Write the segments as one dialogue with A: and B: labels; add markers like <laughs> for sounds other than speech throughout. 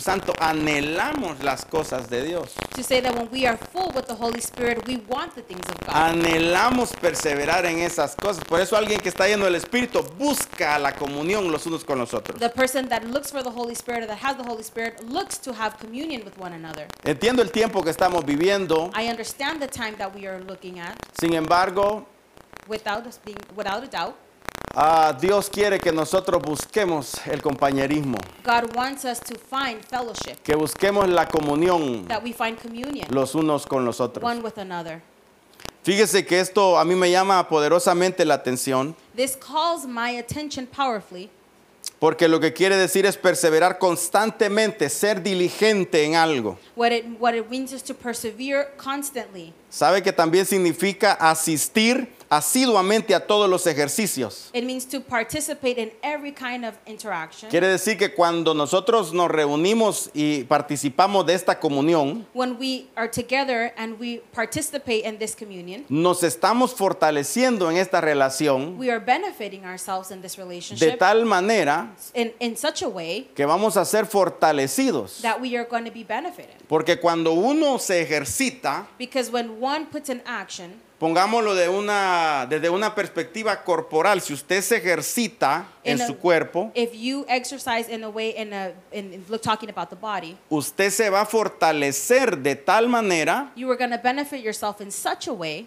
A: Santo anhelamos las cosas de Dios.
B: to say that when we are full with the Holy Spirit, we want the things of God.
A: Anhelamos perseverar en esas cosas. Por eso alguien que está lleno del Espíritu busca la comunión los unos con los otros.
B: The person that looks for the Holy Spirit or that has the Holy Spirit looks to have communion with one another.
A: Entiendo el tiempo que estamos viviendo.
B: I understand the time that we are looking at
A: Sin embargo,
B: without us being without a doubt.
A: ah, Dios quiere que nosotros busquemos el compañerismo,
B: God wants us to find fellowship,
A: que busquemos la comunión
B: that we find communion
A: los unos con los otros.
B: one with another.
A: Fíjese que esto a mí me llama poderosamente la atención,
B: This calls my attention powerfully
A: porque lo que quiere decir es perseverar constantemente, ser diligente en algo.
B: what it what it means is to persevere constantly.
A: Sabe que también significa asistir asiduamente a todos los ejercicios.
B: It means to participate in every kind of interaction.
A: Quiere decir que cuando nosotros nos reunimos y participamos de esta comunión,
B: when we are together and we participate in this communion,
A: nos estamos fortaleciendo en esta relación
B: we are benefiting ourselves in this
A: de
B: relationship
A: tal manera
B: in, in such a way
A: que vamos a ser fortalecidos.
B: that we are going to be benefited.
A: Porque cuando uno se ejercita,
B: Because when one puts an action,
A: pongámoslo de una, desde una perspectiva corporal, si usted se ejercita en
B: In a-
A: su cuerpo,
B: if you exercise in a way in a in, in look talking about the body,
A: usted se va a fortalecer de tal manera
B: you are going to benefit yourself in such a way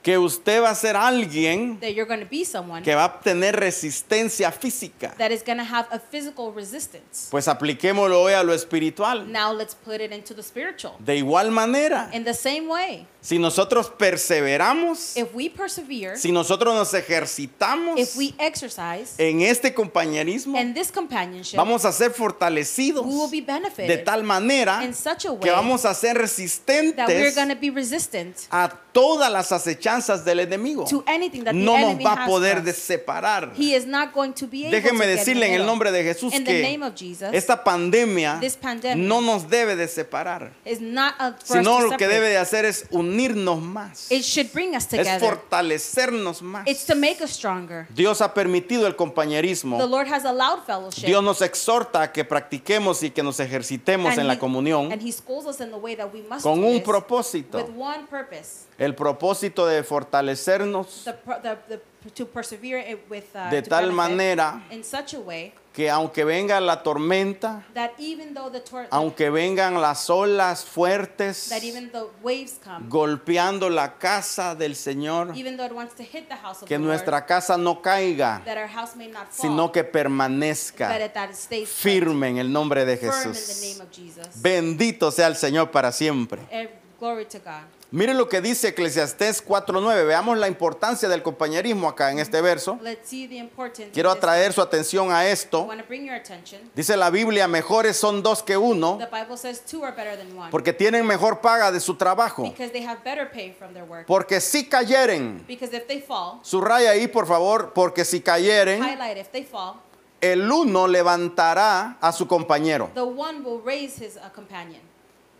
A: que usted va a ser alguien
B: that you're going to be someone
A: que va a tener resistencia física.
B: that is going to have a physical resistance.
A: Pues apliquémoslo hoy a lo espiritual.
B: Now let's put it into the spiritual.
A: De igual manera,
B: In the same way,
A: si nosotros perseveramos,
B: if we persevere,
A: si nosotros nos ejercitamos
B: if we exercise
A: en este compañerismo,
B: in this companionship,
A: vamos a ser fortalecidos
B: we will be
A: de
B: benefited
A: tal manera
B: in such a
A: que
B: way
A: vamos a ser
B: that we're
A: resistentes
B: going to be resistant
A: a todas las acechanzas del enemigo.
B: to anything that the
A: No nos
B: enemy
A: va a
B: has
A: poder
B: for us.
A: separar.
B: He is not going to be able
A: Déjeme
B: to get in the
A: decirle en el
B: middle.
A: nombre de Jesús
B: in the name
A: que
B: of Jesus
A: esta pandemia
B: This pandemic
A: no nos debe de separar,
B: is not a for us
A: sino
B: to
A: lo que
B: separate.
A: debe de hacer es unirnos más,
B: It should bring us
A: es
B: together.
A: fortalecernos más.
B: It's to make us stronger.
A: Dios ha permitido el
B: The
A: compañerismo.
B: Lord has allowed fellowship.
A: Dios nos exhorta a que practiquemos y que nos ejercitemos
B: and
A: en la
B: he-
A: comunión
B: and he schools us in the way that we must
A: con
B: do
A: un
B: this
A: propósito,
B: with one purpose,
A: el propósito de fortalecernos
B: the, pro- the, the, to persevere it with uh,
A: de
B: to
A: tal
B: benefit
A: manera
B: in such a way
A: que aunque venga la tormenta,
B: that even though the tor-
A: aunque vengan las olas fuertes
B: that even the waves come,
A: golpeando la casa del Señor,
B: even though it wants to hit the house of
A: que
B: the Lord,
A: nuestra casa no caiga,
B: that our house may not fall,
A: sino que
B: but
A: permanezca
B: it- that it stays firm
A: firme en el nombre de
B: in the
A: Jesús.
B: name of Jesus.
A: Bendito sea el Señor para siempre.
B: Ev- Glory to God.
A: Mire lo que dice Eclesiastés 4.9. Veamos la importancia del compañerismo acá en este verso.
B: Let's see the importance. of
A: Quiero
B: this.
A: atraer su atención a
B: I
A: esto.
B: want to bring your attention.
A: Dice la Biblia, mejores son dos que uno
B: The Bible says two are better than one
A: porque tienen mejor paga de su trabajo.
B: because they have better pay from their work.
A: Porque si cayeren,
B: Because if they fall,
A: subraya ahí por favor, porque si cayeren,
B: highlight if they fall,
A: el uno levantará a su compañero.
B: the one will raise his uh, companion.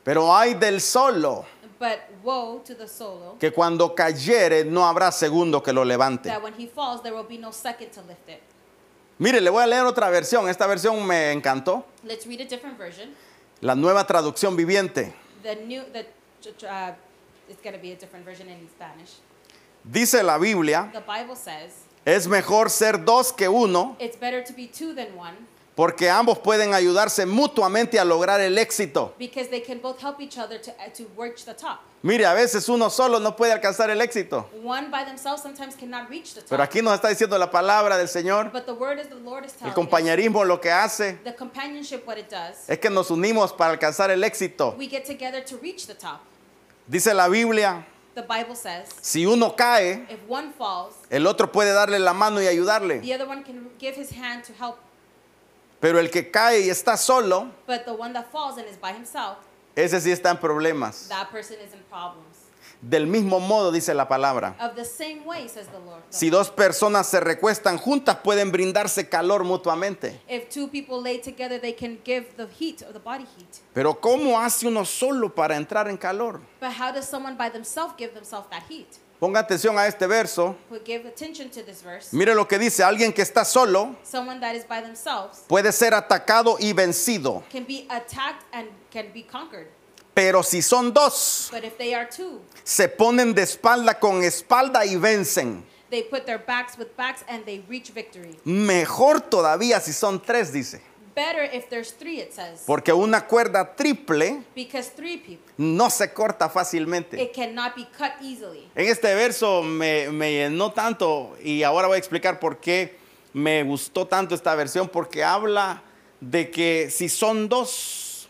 A: Pero hay del solo,
B: But woe to the solo
A: que cuando cayere no habrá segundo que lo levante.
B: that when he falls, there will be no second to lift it.
A: Mire, le voy a leer otra versión. Esta versión me encantó.
B: Let's read a different version.
A: La nueva traducción viviente.
B: The new, the tr- tr- uh, it's gonna be a different version in Spanish.
A: Dice la Biblia,
B: The Bible says
A: es mejor ser dos que uno,
B: it's better to be two than one
A: porque ambos pueden ayudarse mutuamente a lograr el éxito.
B: because they can both help each other to uh, to reach the top.
A: Mire, a veces uno solo no puede alcanzar el éxito.
B: One by themselves sometimes cannot reach the top.
A: Pero aquí nos está diciendo la palabra del Señor.
B: But the word is the Lord is
A: El
B: telling us.
A: compañerismo lo que hace
B: The companionship, what it does,
A: es que nos unimos para alcanzar el éxito.
B: we get together to reach the top.
A: Dice la Biblia,
B: The Bible says,
A: si uno cae,
B: if one falls,
A: el otro puede darle la mano y ayudarle.
B: the other one can give his hand to help.
A: Pero el que cae y está solo,
B: But the one that falls and is by himself,
A: ese sí está en problemas.
B: that person is in problems.
A: Del mismo modo, dice la palabra.
B: Of the same way, says the Lord.
A: Si dos personas se recuestan juntas, pueden brindarse calor mutuamente.
B: If two people lay together, they can give the heat or the body heat.
A: Pero ¿cómo hace uno solo para entrar en calor?
B: But how does someone by themselves give themselves that heat?
A: Ponga atención a este verso.
B: But give attention to this verse.
A: Mire lo que dice, alguien que está solo
B: Someone that is by themselves
A: puede ser atacado y vencido,
B: can be attacked and can be conquered.
A: pero si son dos,
B: But if they are two,
A: se ponen de espalda con espalda y vencen.
B: they put their backs with backs and they reach victory.
A: Mejor todavía si son tres, dice,
B: Better if there's three, it says.
A: porque una cuerda triple
B: Because three people,
A: no se corta fácilmente.
B: it cannot be cut easily.
A: En este verso me, me llenó tanto y ahora voy a explicar por qué me gustó tanto esta versión, porque habla de que si son dos,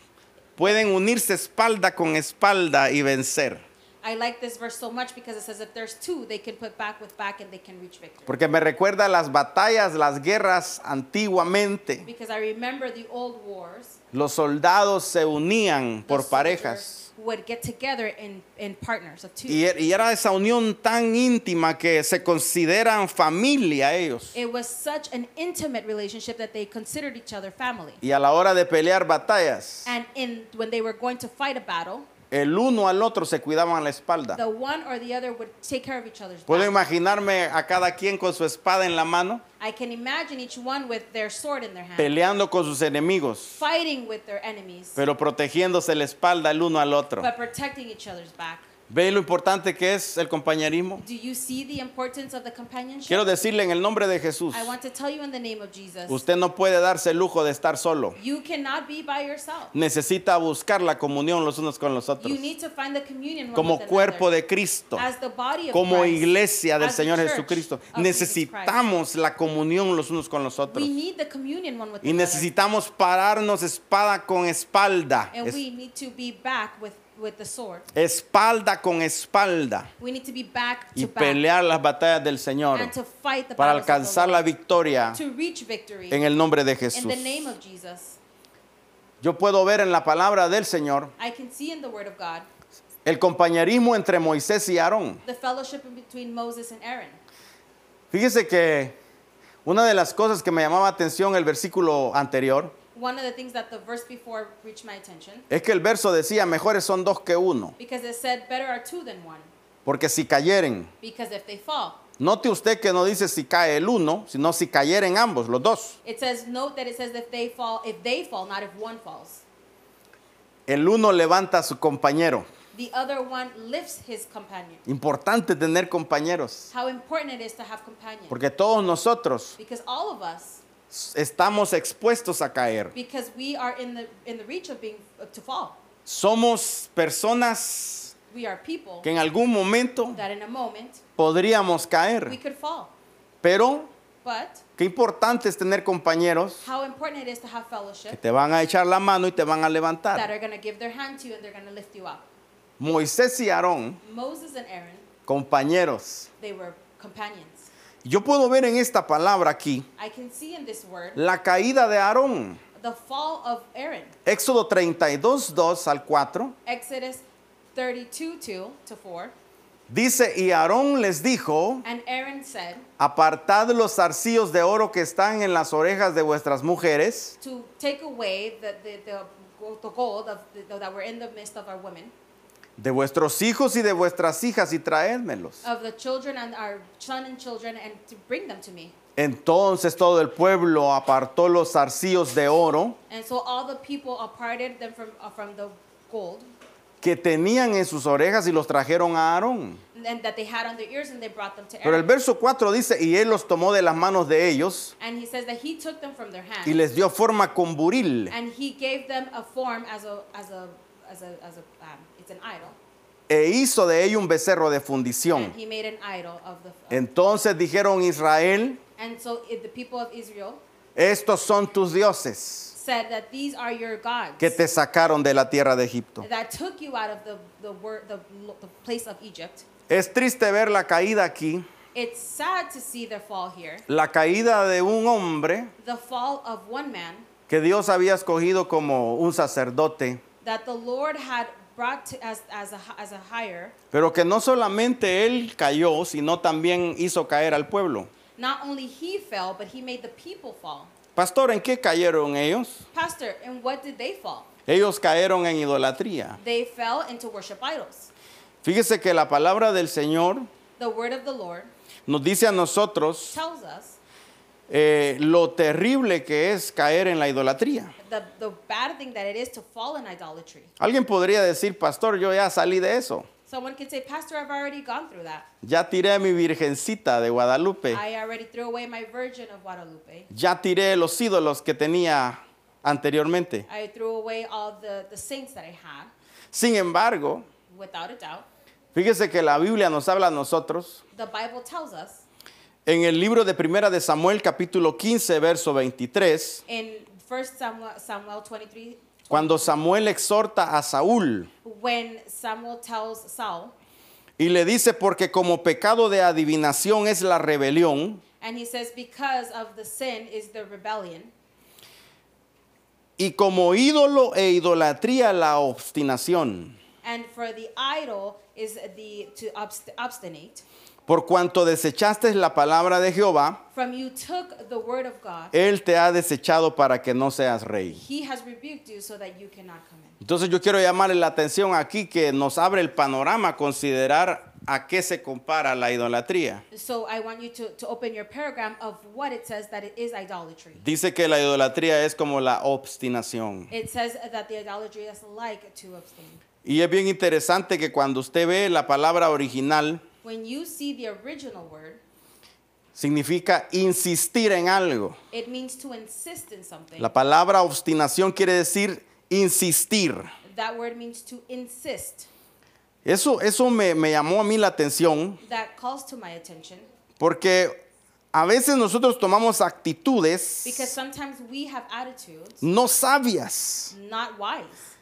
A: pueden unirse espalda con espalda y vencer.
B: I like this verse so much because it says if there's two, they can put back with back and they can reach victory.
A: Porque me recuerda las batallas, las guerras antiguamente.
B: Because I remember the old wars.
A: Los soldados se unían
B: the
A: por parejas.
B: soldiers Would get together in, in partners of two.
A: Y er- y era esa unión tan íntima que se consideran familia ellos.
B: It was such an intimate relationship that they considered each other family.
A: Y a la hora de pelear batallas,
B: And in when they were going to fight a battle,
A: el uno al otro se cuidaban la espalda.
B: the one or the other would take care of each other's
A: Puedo
B: back.
A: imaginarme a cada quien con su espada en la mano,
B: I can imagine each one with their sword in their hand,
A: peleando con sus enemigos,
B: fighting with their enemies,
A: pero protegiéndose la espalda el uno al otro.
B: but protecting each other's back.
A: ¿Ve lo importante que es el compañerismo?
B: Do you see the importance of the companionship?
A: Quiero decirle en el nombre de Jesús,
B: I want to tell you in the name of Jesus,
A: usted no puede darse el lujo de estar solo.
B: you cannot be by yourself.
A: Necesita buscar la comunión los unos con los otros.
B: You need to find the communion one
A: Como
B: with
A: cuerpo
B: another.
A: de Cristo,
B: As the body of
A: como
B: Christ,
A: iglesia del
B: as the
A: Señor
B: church
A: Jesucristo,
B: of Jesus Christ.
A: necesitamos la comunión los unos con los otros.
B: We need the communion one with
A: Y
B: another.
A: necesitamos pararnos espada con espalda.
B: And
A: Es-
B: we need to be back with, with the sword.
A: espalda con espalda.
B: We need to be back to
A: Y
B: back
A: pelear las batallas del Señor
B: and to fight the
A: para
B: battles of the
A: alcanzar la
B: Lord,
A: victoria
B: to reach victory
A: en el nombre de
B: in
A: Jesús.
B: the name of Jesus.
A: Yo puedo ver en la palabra del Señor
B: I can see in the Word of God
A: el compañerismo entre Moisés y Aarón.
B: the fellowship in between Moses and Aaron.
A: Fíjese que una de las cosas que me llamaba atención el versículo anterior
B: One of the things that the verse before reached my attention
A: es que el verso decía, mejores son dos que uno,
B: because it said, Better are two than one,
A: porque si cayeren,
B: because if they fall,
A: note usted que no dice si cae el uno, sino si cayeren ambos, los dos.
B: it says, Note that it says, If they fall, if they fall, not if one falls.
A: El uno levanta a su compañero.
B: The other one lifts his companion.
A: Importante tener compañeros,
B: How important it is to have companions.
A: porque todos nosotros
B: because all of us
A: estamos expuestos a caer.
B: because we are in the in the reach of being to fall.
A: Somos personas
B: We are people
A: que en algún momento
B: that in a moment
A: podríamos
B: we
A: caer,
B: could fall.
A: pero
B: But
A: qué importante es tener compañeros
B: how important it is to have
A: que
B: fellowship
A: te van a echar la mano y te van a
B: that
A: levantar.
B: are going to give their hand to you and they're going to lift you up.
A: Moisés y Aarón,
B: Moses and Aaron,
A: compañeros.
B: they were companions.
A: Yo puedo ver en esta palabra aquí
B: I can see in this word
A: la caída de Aarón.
B: the fall of Aaron.
A: Éxodo 32, 2 al 4.
B: Exodus 32 2 to 4.
A: Dice, y Aarón les dijo,
B: And Aaron said
A: apartad los zarcillos de oro que están en las orejas de vuestras mujeres
B: to take away the, the, the, the gold of the, that were in the midst of our women,
A: de vuestros hijos y de vuestras hijas y traédmelos.
B: of the children and our son and children, and to bring them to me.
A: Entonces todo el pueblo apartó los zarcillos de oro
B: And so all the people aparted them from, uh, from the gold
A: que tenían en sus orejas y los trajeron a Aarón.
B: and that they had on their ears, and they brought them to
A: Pero el
B: Aaron.
A: verso 4 dice, y él los tomó de las manos de ellos
B: And he says that he took them from their
A: y
B: hand,
A: les dio forma con buril.
B: and he gave them a form as a as a as a as a um, it's an idol,
A: E hizo de ello un becerro de fundición.
B: and he made an idol of the.
A: Entonces dijeron Israel,
B: and so it, the people of Israel
A: estos son tus dioses
B: said that these are your gods
A: que te sacaron de la tierra de Egipto.
B: that took you out of the the word the, the place of Egypt.
A: Es triste ver la caída aquí,
B: It's sad to see their fall here,
A: la caída de un hombre
B: the fall of one man
A: que Dios había escogido como un sacerdote,
B: that the Lord had brought to, as, as, a, as a hire,
A: pero que no solamente él cayó, sino también hizo caer al pueblo.
B: not only he fell, but he made the people fall.
A: Pastor, ¿en qué cayeron ellos?
B: Pastor, and what did they fall?
A: Ellos cayeron en idolatría.
B: They fell into worship idols.
A: Fíjese que la palabra del Señor
B: The word of the Lord
A: nos dice a nosotros
B: tells us
A: eh, lo terrible que es caer en la idolatría.
B: the, the bad thing that it is to fall in idolatry.
A: Alguien podría decir, pastor, yo ya salí de eso.
B: Someone can say, Pastor, I've already gone through that.
A: Ya tiré mi virgencita de Guadalupe.
B: I already threw away my Virgin of Guadalupe.
A: Ya tiré los ídolos que tenía anteriormente.
B: I threw away all the, the saints that I had,
A: Sin embargo,
B: without a doubt.
A: fíjese que la Biblia nos habla a nosotros
B: The Bible tells us
A: en el libro de Primera de Samuel capítulo 15, verso 23,
B: in 1 Samuel, Samuel 23,
A: cuando Samuel exhorta a Saúl
B: when Samuel tells Saul,
A: y le dice, porque como pecado de adivinación es la rebelión,
B: and he says, Because of the sin is the rebellion,
A: y como ídolo e idolatría la obstinación,
B: and for the idol is the to obst- obstinate.
A: por cuanto desechaste la palabra de Jehová,
B: From you took the word of God,
A: Él te ha desechado para que no seas rey.
B: he has rebuked you so that you cannot come in.
A: Entonces yo quiero llamarle la atención aquí que nos abre el panorama a considerar a qué se compara la idolatría.
B: So I want you to, to open your paragraph of what it says that it is idolatry.
A: Dice que la idolatría es como la obstinación.
B: It says that the idolatry is like to abstain.
A: Y es bien interesante que cuando usted ve la palabra original,
B: When you see the original word,
A: significa insistir en algo.
B: it means to insist in something.
A: La palabra obstinación quiere decir insistir.
B: That word means to insist.
A: Eso, eso me, me llamó a mí la atención
B: That calls to my attention
A: porque a veces nosotros tomamos actitudes
B: because sometimes we have attitudes
A: no sabias
B: not wise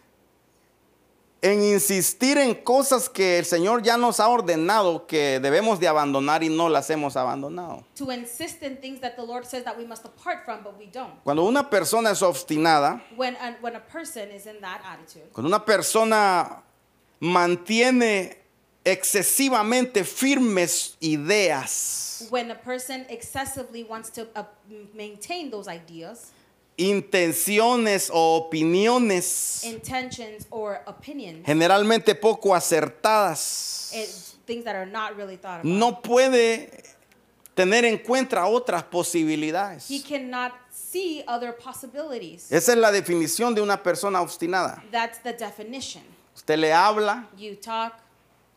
A: en insistir en cosas que el Señor ya nos ha ordenado que debemos de abandonar y no las hemos abandonado.
B: to insist in things that the Lord says that we must depart from, but we don't.
A: Cuando una persona es obstinada,
B: When a, when a person is in that attitude,
A: cuando una persona mantiene excesivamente firmes ideas,
B: when a person excessively wants to uh, m- maintain those ideas,
A: intenciones o opiniones
B: intentions, or opinions,
A: generalmente poco acertadas,
B: it, things that are not really thought about.
A: no puede tener en cuenta otras posibilidades.
B: He cannot see other possibilities.
A: Esa es la definición de una persona obstinada.
B: That's the definition.
A: Usted le habla,
B: You talk,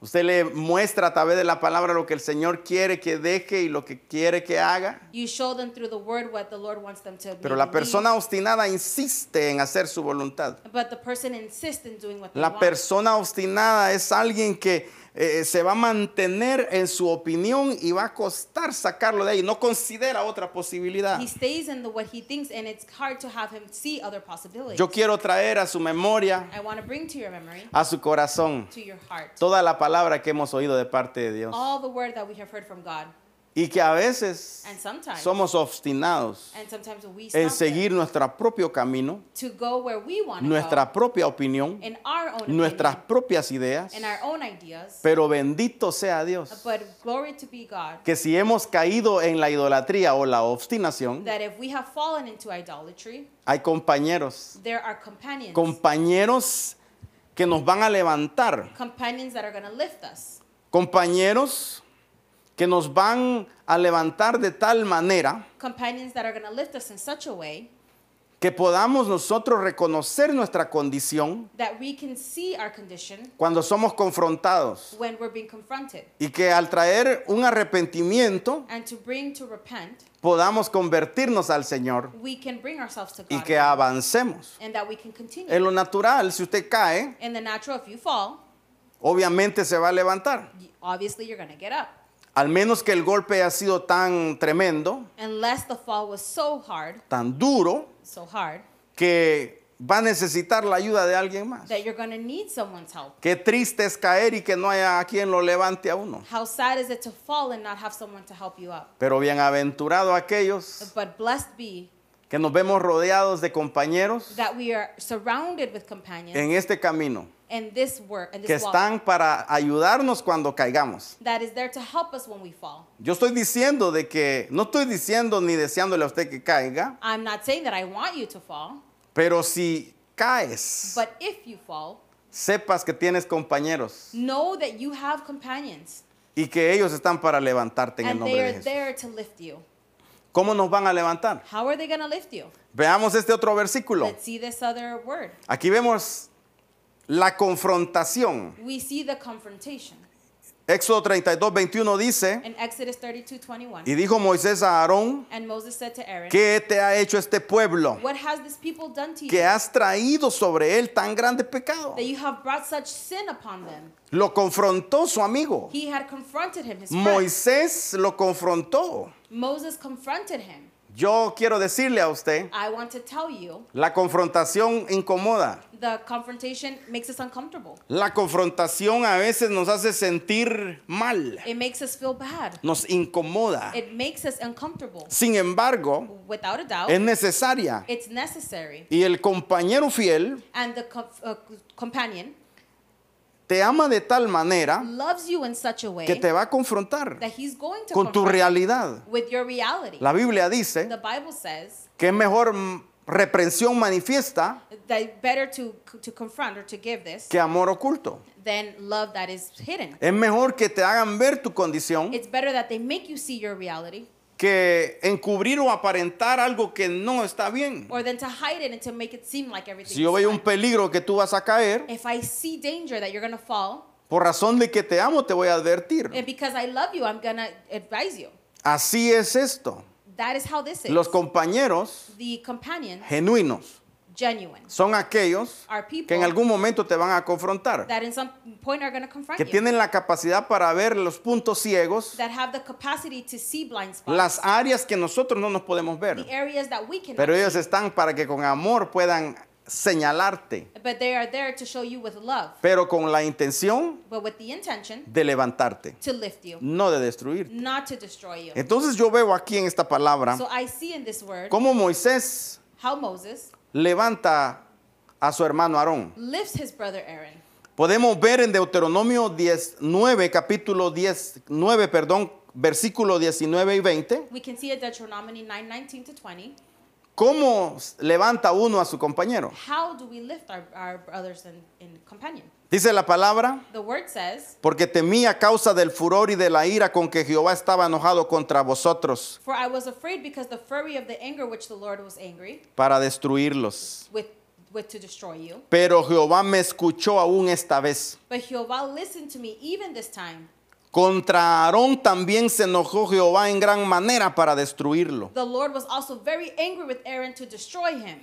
A: usted le muestra a través de la palabra lo que el Señor quiere que deje y lo que quiere que haga.
B: you show them through the word what the Lord wants them to
A: Pero
B: maybe
A: la
B: leave.
A: persona obstinada insiste en hacer su voluntad.
B: But the person insists in doing what they
A: La
B: want.
A: persona obstinada es alguien que eh, se va a mantener en su opinión y va a costar sacarlo de ahí. No considera otra posibilidad.
B: He stays in the what he thinks, and it's hard to have him see other possibilities.
A: Yo quiero traer a su memoria,
B: I want to bring to your memory,
A: a su corazón,
B: to your heart,
A: toda la palabra que hemos oído de parte de Dios.
B: all the word that we have heard from God.
A: Y que a veces
B: And sometimes-
A: somos obstinados
B: And sometimes we stop
A: en
B: them
A: seguir nuestro propio camino,
B: to go where we want to
A: nuestra propia opinión,
B: go in our own
A: nuestras
B: opinion,
A: propias ideas.
B: in our own Pues, ideas.
A: Pero bendito sea Dios,
B: But glory to be God
A: que si hemos caído en la idolatría o la obstinación,
B: that if we have fallen into idolatry,
A: hay compañeros,
B: there are companions,
A: compañeros que nos van a levantar,
B: companions that are going to lift us,
A: compañeros que nos van a levantar de tal manera
B: companions that are going to lift us in such a way
A: que podamos nosotros reconocer nuestra condición
B: that we can see our condition
A: cuando somos confrontados
B: when we're being confronted
A: y que al traer un arrepentimiento
B: and to bring to repent
A: podamos convertirnos al Señor
B: we can bring ourselves to
A: y
B: God
A: que avancemos.
B: and that we can continue.
A: En lo natural, si usted cae,
B: in the natural, if you fall,
A: obviamente se va a levantar.
B: y- obviously you're going to get up.
A: Al menos que el golpe haya sido tan tremendo,
B: Unless the fall was so hard,
A: tan duro,
B: so hard,
A: que va a necesitar la ayuda de alguien más.
B: that you're going to need someone's help.
A: Qué triste es caer y que no haya quien lo levante a uno.
B: How sad is it to fall and not have someone to help you up?
A: Pero bienaventurado aquellos
B: But blessed be
A: que nos vemos rodeados de compañeros
B: that we are surrounded with companions
A: en este camino,
B: in this work and
A: que
B: this walk
A: están para ayudarnos cuando caigamos.
B: that is there to help us when we fall.
A: Yo estoy diciendo de que, no estoy diciendo ni deseándole a usted que caiga,
B: I'm not saying that I want you to fall,
A: pero si caes,
B: but if you fall,
A: sepas que tienes compañeros
B: know that you have companions
A: y que ellos están para levantarte en el
B: and
A: nombre
B: they
A: de
B: are
A: Jesús.
B: there to lift you.
A: ¿Cómo nos van a levantar?
B: How are they going to lift you?
A: Veamos este otro versículo.
B: Let's see this other word.
A: Aquí vemos la confrontación.
B: We see the confrontation.
A: Éxodo 32, 21 dice,
B: In Exodus 32 21,
A: y dijo Moisés a Aarón,
B: and Moses said to Aaron,
A: ¿qué te ha hecho este pueblo?
B: What has this people done to you
A: Que has traído sobre él tan grande pecado.
B: that you have brought such sin upon them?
A: Lo confrontó su amigo.
B: He had confronted him, his friend.
A: Moisés lo confrontó.
B: Moses confronted him.
A: Yo quiero decirle a usted,
B: I want to tell you,
A: la confrontación incomoda.
B: the confrontation makes us uncomfortable.
A: La confrontación a veces nos hace sentir mal,
B: It makes us feel bad.
A: nos incomoda.
B: It makes us uncomfortable.
A: Sin embargo,
B: Without a doubt,
A: es necesaria.
B: it's necessary.
A: Y el compañero fiel
B: And the co- uh, companion
A: te ama de tal manera
B: loves you in such a way
A: que te va a confrontar
B: that he's going to
A: con tu
B: confront
A: realidad.
B: you with your reality.
A: La Biblia dice
B: The Bible says
A: que es mejor mm, reprensión manifiesta
B: that better to, to confront or to give this
A: que amor oculto.
B: than love that is hidden.
A: Es mejor que te hagan ver tu condición
B: It's better that they make you see your reality
A: que encubrir o aparentar algo que no está bien.
B: or than to hide it and to make it seem like everything
A: Si yo
B: is
A: veo un
B: fine.
A: peligro que tú vas a caer,
B: If I see danger that you're going to fall,
A: por razón de que te amo te voy a advertir.
B: and because I love you, I'm going to advise you.
A: Así es esto.
B: That is how this is.
A: Los compañeros
B: the companions,
A: genuinos
B: genuine,
A: son aquellos
B: are people
A: que en algún momento te van a confrontar.
B: that in some point are going to confront
A: que
B: you,
A: tienen la capacidad para ver los puntos ciegos,
B: that have the capacity to see blind spots,
A: las áreas que nosotros no nos podemos
B: the
A: ver,
B: areas that we can
A: pero ellos están para que con amor puedan señalarte,
B: but they are there to show you with love,
A: pero con la intención
B: but with the intention
A: de levantarte,
B: to lift you,
A: no de destruirte.
B: not to destroy you.
A: Entonces yo veo aquí en esta palabra
B: So I see in this word
A: cómo Moisés
B: how Moses
A: levanta a su hermano Aarón.
B: lifts his brother Aaron.
A: Podemos ver en Deuteronomio 19, capítulo 19, perdón, versículo 19 y 20,
B: We can see at Deuteronomy 9 19 to 20.
A: cómo levanta uno a su compañero.
B: How do we lift our, our brothers and in companion?
A: Dice la palabra,
B: The word says,
A: porque temía a causa del furor y de la ira con que Jehová estaba enojado contra vosotros
B: For I was afraid because the fury of the anger which the Lord was angry
A: para destruirlos.
B: with, with to destroy you.
A: Pero Jehová me escuchó aún esta vez.
B: But Jehovah listened to me even this time.
A: Contra Aarón también se enojó Jehová en gran manera para destruirlo.
B: The Lord was also very angry with Aaron to destroy him.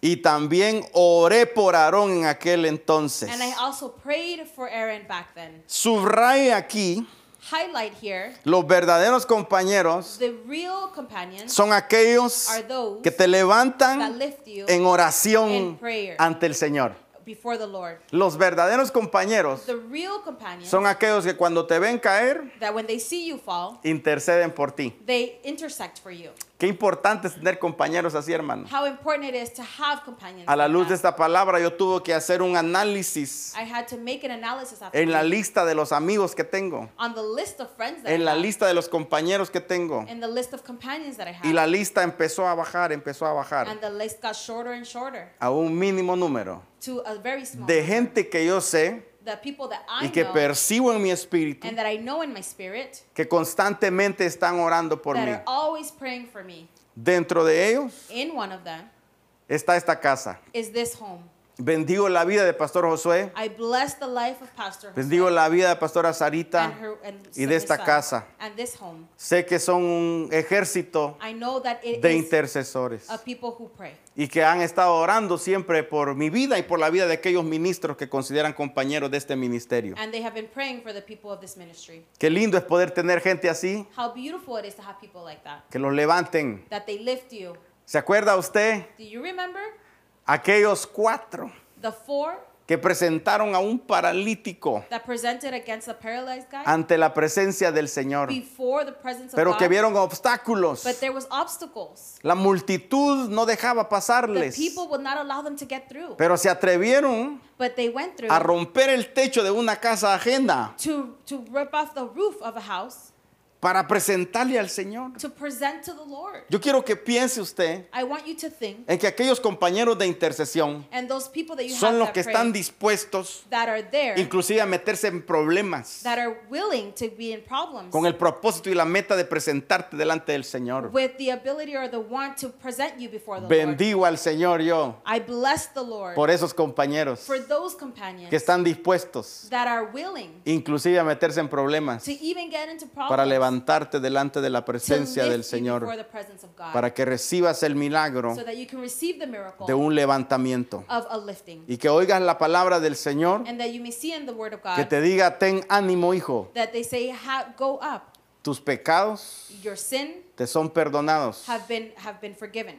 A: Y también oré por Aarón en aquel entonces.
B: And I also prayed for Aaron back then.
A: Subraye aquí,
B: Highlight here
A: los verdaderos compañeros
B: the real companions
A: son aquellos
B: Are those
A: que te
B: that
A: levantan
B: lift you
A: en
B: in
A: oración
B: prayer.
A: ante el Señor.
B: before the Lord.
A: Los verdaderos compañeros
B: The real companions
A: son aquellos que cuando te ven caer,
B: that when they see you fall,
A: interceden por ti.
B: they intersect for you.
A: Qué importante es tener compañeros así, hermano.
B: How important it is to have companions.
A: A la
B: like
A: luz de
B: that.
A: esta palabra, yo tuve que hacer un análisis
B: I had to make an analysis after
A: en la
B: this.
A: lista de los amigos que tengo,
B: on the list of friends that
A: en
B: I
A: la
B: have,
A: lista de los compañeros que tengo.
B: and the list of companions that I have.
A: Y la lista empezó a bajar, empezó a
B: and
A: bajar
B: the list got shorter and shorter
A: a un mínimo número
B: to a very small
A: de
B: number.
A: gente que yo sé
B: the people that I
A: y que
B: know
A: percibo en mi espíritu
B: and that I know in my spirit
A: que constantemente están orando por
B: that
A: mí.
B: are always praying for me.
A: Dentro de ellos
B: In one of them
A: está esta casa.
B: is this home.
A: Bendigo la vida de Pastor Josué.
B: I bless the life of Pastor Jose
A: Bendigo la vida de Pastora
B: and
A: Sarita.
B: her and
A: y de
B: his
A: esta
B: son
A: casa.
B: and this home.
A: Sé que son un ejército
B: I know that it
A: de
B: is
A: intercesores
B: of people who pray
A: y que han estado orando siempre por mi vida y por la vida de aquellos ministros que consideran compañeros de este ministerio.
B: and they have been praying for the people of this ministry.
A: Qué lindo es poder tener gente así
B: How beautiful it is to have people like that
A: que los levanten.
B: that they lift you.
A: ¿Se acuerda usted
B: Do you remember
A: aquellos cuatro
B: the four
A: que presentaron a un paralítico
B: that presented against the paralyzed guy
A: ante la presencia del Señor,
B: before the presence of
A: pero
B: God?
A: que vieron obstáculos?
B: But there was obstacles.
A: La multitud no dejaba
B: The
A: pasarles,
B: people would not allow them to get through.
A: pero se atrevieron
B: But they went through
A: a romper el techo de una casa ajena.
B: to, to rip off the roof of a house
A: para presentarle al Señor.
B: to present to the Lord.
A: Yo quiero que piense usted
B: I want you to think,
A: en que aquellos compañeros de intercesión
B: and those people that you
A: son los
B: have
A: que
B: that,
A: están
B: pray,
A: dispuestos
B: that are there,
A: inclusive a meterse en problemas
B: that are willing to be in problems,
A: con el propósito y la meta de presentarte delante del Señor.
B: with the ability or the want to present you before the Lord.
A: Bendigo al Señor yo
B: I bless the Lord
A: por esos compañeros
B: for those companions
A: que están dispuestos
B: that are willing
A: inclusive a meterse en problemas
B: to even get into problems
A: para levantarte delante de la
B: to
A: presencia
B: lift
A: del
B: you before
A: Señor,
B: the presence of God
A: para que recibas el milagro
B: so that you can receive the miracle
A: de un levantamiento
B: of a lifting
A: y que oigas la palabra del Señor
B: and that you may see in the word of
A: que
B: God
A: te diga, ten ánimo hijo,
B: that they say "Ha- go up
A: tus pecados
B: your sin
A: te son perdonados.
B: have been have been forgiven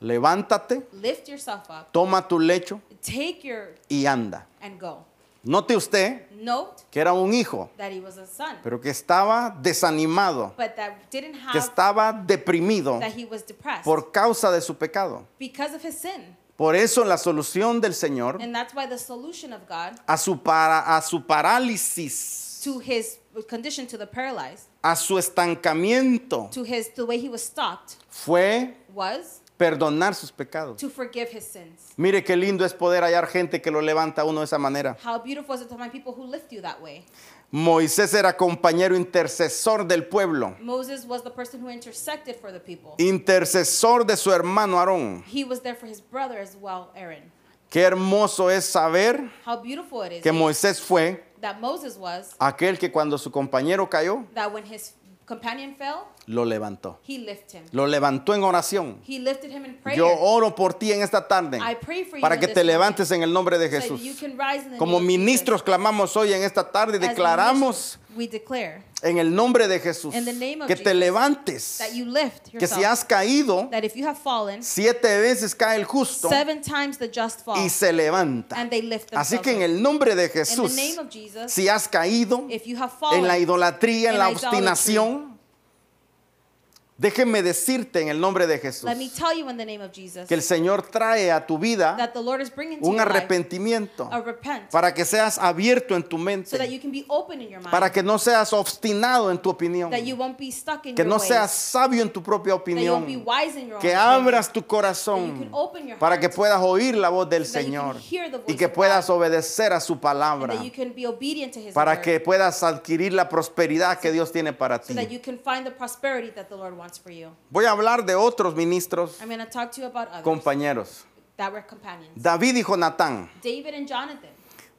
A: Levántate,
B: lift yourself up
A: toma tu lecho
B: take your
A: y anda.
B: and go
A: Note usted
B: note
A: que era un hijo,
B: that he was a son
A: pero que estaba desanimado,
B: but that didn't
A: que
B: have
A: estaba deprimido
B: that he was depressed
A: por causa de su pecado.
B: because of his sin
A: Por eso la solución del Señor
B: and that's why the solution of God
A: a su, para- a su parálisis,
B: to his condition to the paralyzed
A: a su estancamiento,
B: to his to the way he was stopped
A: fue
B: was
A: perdonar sus pecados.
B: to forgive his sins.
A: Mire qué lindo es poder hallar gente que lo levanta a uno de esa manera.
B: How beautiful is it to find people who lift you that way?
A: Moisés era compañero intercesor del pueblo,
B: Moses was the person who intersected for the people.
A: intercesor de su hermano Aarón.
B: He was there for his brother as well, Aaron.
A: Qué hermoso es saber
B: How beautiful it is
A: que Moisés fue
B: that Moses was
A: aquel que cuando su compañero cayó,
B: that when his companion fell,
A: lo levantó.
B: he lifted him.
A: Lo levantó en oración.
B: He lifted him in prayer
A: Yo oro por ti en esta tarde
B: I pray for you
A: para
B: in
A: que
B: this
A: te
B: moment.
A: levantes en el nombre de
B: so that
A: Jesús.
B: you can rise in the
A: Como
B: name of Jesus.
A: ministros clamamos hoy en esta tarde y
B: As
A: declaramos
B: ministers, we declare
A: en el nombre de Jesús
B: In the name of
A: que te
B: Jesus,
A: levantes,
B: that you lift
A: que
B: yourself.
A: si has caído,
B: that if you have fallen,
A: siete veces cae el justo
B: seven times the just fall,
A: y se levanta.
B: and they lift themselves.
A: Así que en
B: up.
A: el nombre de
B: in
A: Jesús,
B: the name of Jesus,
A: si has caído
B: if you have fallen,
A: en la idolatría, en
B: in
A: la
B: idolatry,
A: obstinación, déjeme decirte en el nombre de Jesús
B: Let me tell you in the name of Jesus
A: que el Señor trae a tu vida
B: that the Lord is bringing to
A: un
B: your life
A: arrepentimiento
B: a repent
A: para que seas abierto en tu
B: so that
A: mente,
B: you can be open in your mind,
A: para que no seas obstinado en tu opinión.
B: that you won't be stuck in
A: que
B: your
A: no
B: ways,
A: seas sabio en tu propia
B: that you won't be
A: opinión,
B: wise in your
A: que
B: own
A: abras tu
B: That you
A: corazón
B: can open your
A: para que
B: heart.
A: puedas oír la voz del
B: So that you can
A: Señor
B: hear the voice
A: y que
B: of
A: puedas
B: God.
A: obedecer a su
B: opinion,
A: palabra,
B: and that you can be obedient to His
A: para
B: word,
A: que puedas adquirir la prosperidad que Dios tiene para
B: so that
A: ti.
B: you can find the prosperity that the Lord wants for you.
A: Voy a hablar de otros ministros,
B: I'm going to talk to you about others
A: compañeros.
B: that were companions,
A: David y Jonatán.
B: David and Jonathan.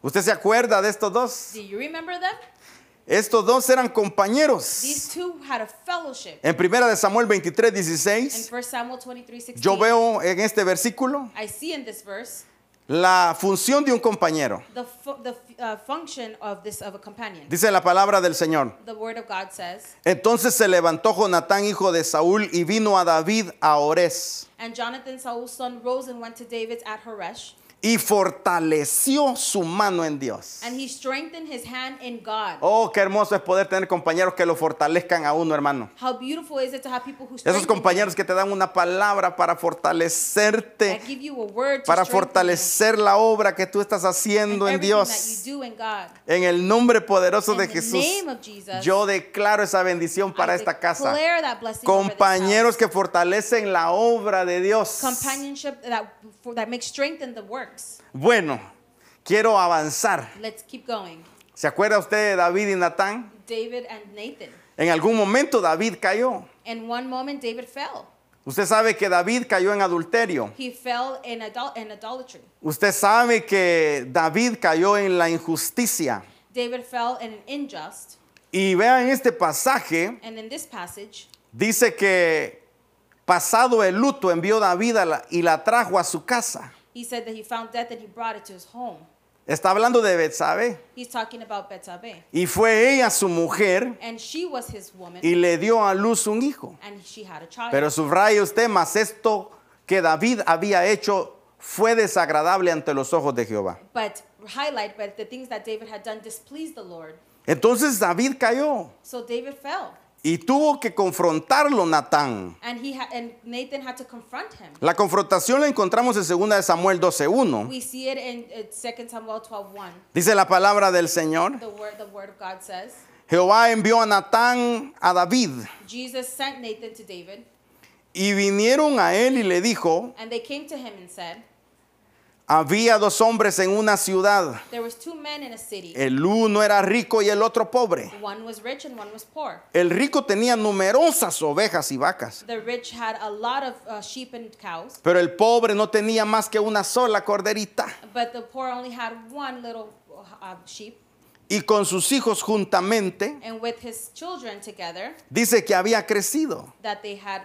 A: ¿Usted se acuerda de estos dos?
B: Do you remember them?
A: Estos dos eran compañeros.
B: These two had a fellowship.
A: En primera de Samuel 23,
B: In
A: 16,
B: 1 Samuel 23:16,
A: yo veo en este versículo
B: I see in this verse
A: la función de un compañero.
B: the fu- the f- uh, function of this of a companion.
A: Dice la palabra del Señor.
B: The word of God says,
A: Entonces se levantó Jonatán, hijo de Saúl, y vino a David a Orez,
B: and Jonathan Saul's son rose and went to David at Horesh,
A: y fortaleció su mano en Dios.
B: and he strengthened his hand in God.
A: Oh, qué hermoso es poder tener compañeros que lo fortalezcan a uno, hermano.
B: How beautiful is it to have people who strengthen
A: Esos compañeros que te dan una palabra para
B: you, that
A: fortalecerte,
B: give you a word to
A: para
B: strengthen
A: fortalecer la obra que tú estás
B: you, and
A: haciendo en
B: everything
A: Dios.
B: that you do in God.
A: En el nombre poderoso
B: In
A: de
B: the
A: Jesús,
B: name of Jesus,
A: yo declaro esa bendición
B: I
A: para esta casa.
B: declare that blessing over this
A: Compañeros
B: house.
A: que fortalecen la obra de Dios.
B: companionship that for, that makes strength in the works.
A: Bueno, quiero avanzar.
B: Let's keep going.
A: ¿Se acuerda usted de David y Natán?
B: David and Nathan.
A: En algún momento David cayó.
B: In one moment, David fell.
A: Usted sabe que David cayó en adulterio.
B: He fell in adul- in idolatry.
A: Usted sabe que David cayó en la injusticia.
B: David fell in an injust.
A: Y vean este pasaje,
B: And in this passage,
A: dice que pasado el luto envió David a la- y la trajo a su casa.
B: he said that he found death and he brought it to his home.
A: Está hablando de Betsabe.
B: He's talking about Betabe.
A: Y fue ella su mujer
B: And she was his woman,
A: y le dio a luz un hijo.
B: and she had a child.
A: Pero subraye usted más esto que David había hecho fue desagradable ante los ojos de Jehová.
B: but highlight, but the things that David had done displeased the Lord.
A: Entonces David cayó
B: So David fell,
A: y tuvo que confrontarlo Natán.
B: and he ha- and Nathan had to confront him.
A: La confrontación la encontramos en 2 de Samuel 12:1.
B: We see it in uh, 2 Samuel 12:1.
A: Dice la palabra del Señor.
B: The word, the word of God says,
A: Jehová envió a Natán a David
B: Jesus sent Nathan to David,
A: y vinieron a él y le dijo,
B: and they came to him and said,
A: había dos hombres en una ciudad,
B: There was two men in a city.
A: el uno era rico y el otro pobre.
B: One was rich and one was poor.
A: El rico tenía numerosas ovejas y vacas,
B: The rich had a lot of uh, sheep and cows,
A: pero el pobre no tenía más que una sola corderita.
B: but the poor only had one little uh, sheep.
A: Y con sus hijos juntamente,
B: And with his children together,
A: dice que había crecido.
B: that they had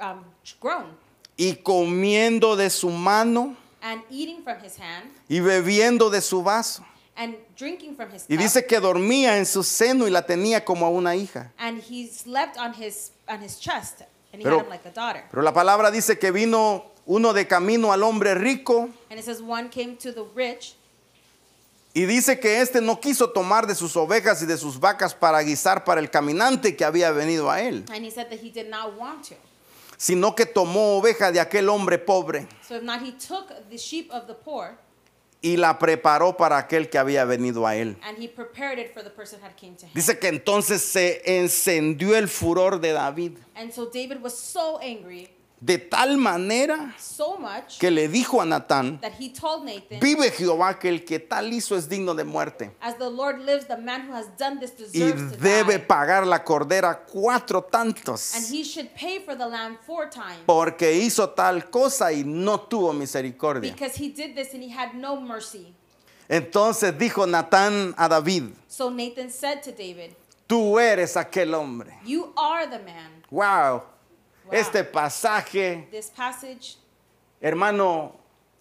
B: um, grown,
A: Y comiendo de su mano
B: and eating from his hand,
A: y bebiendo de su vaso.
B: and drinking from his
A: Y
B: cup.
A: dice que dormía en su seno y la tenía como a una hija.
B: and he slept on his on his chest, and he
A: Pero-
B: had him like a daughter.
A: Pero la palabra dice que vino uno de camino al hombre rico
B: And it says one came to the rich,
A: y dice que este no quiso tomar de sus ovejas y de sus vacas para guisar para el caminante que había venido a él,
B: and he said that he did not want to.
A: sino que tomó oveja de aquel hombre pobre
B: So if not, he took the sheep of the poor
A: y la preparó para aquel que había venido a él.
B: and he prepared it for the person that came to him.
A: Dice que entonces se encendió el furor de David
B: and so David was so angry,
A: de tal manera
B: so much
A: que le dijo a Natán,
B: that he told Nathan,
A: vive Jehová que el que tal hizo es digno de muerte.
B: "As the Lord lives, the man who has done this
A: y
B: deserves to
A: debe
B: die,
A: pagar la cordera cuatro tantos
B: and he should pay for the lamb four times
A: porque hizo tal cosa y no tuvo misericordia.
B: because he did this and he had no mercy."
A: Entonces dijo Natán a David,
B: So Nathan said to David,
A: tú eres aquel hombre.
B: "You are the man."
A: Wow.
B: Wow.
A: Este pasaje,
B: This passage
A: hermano,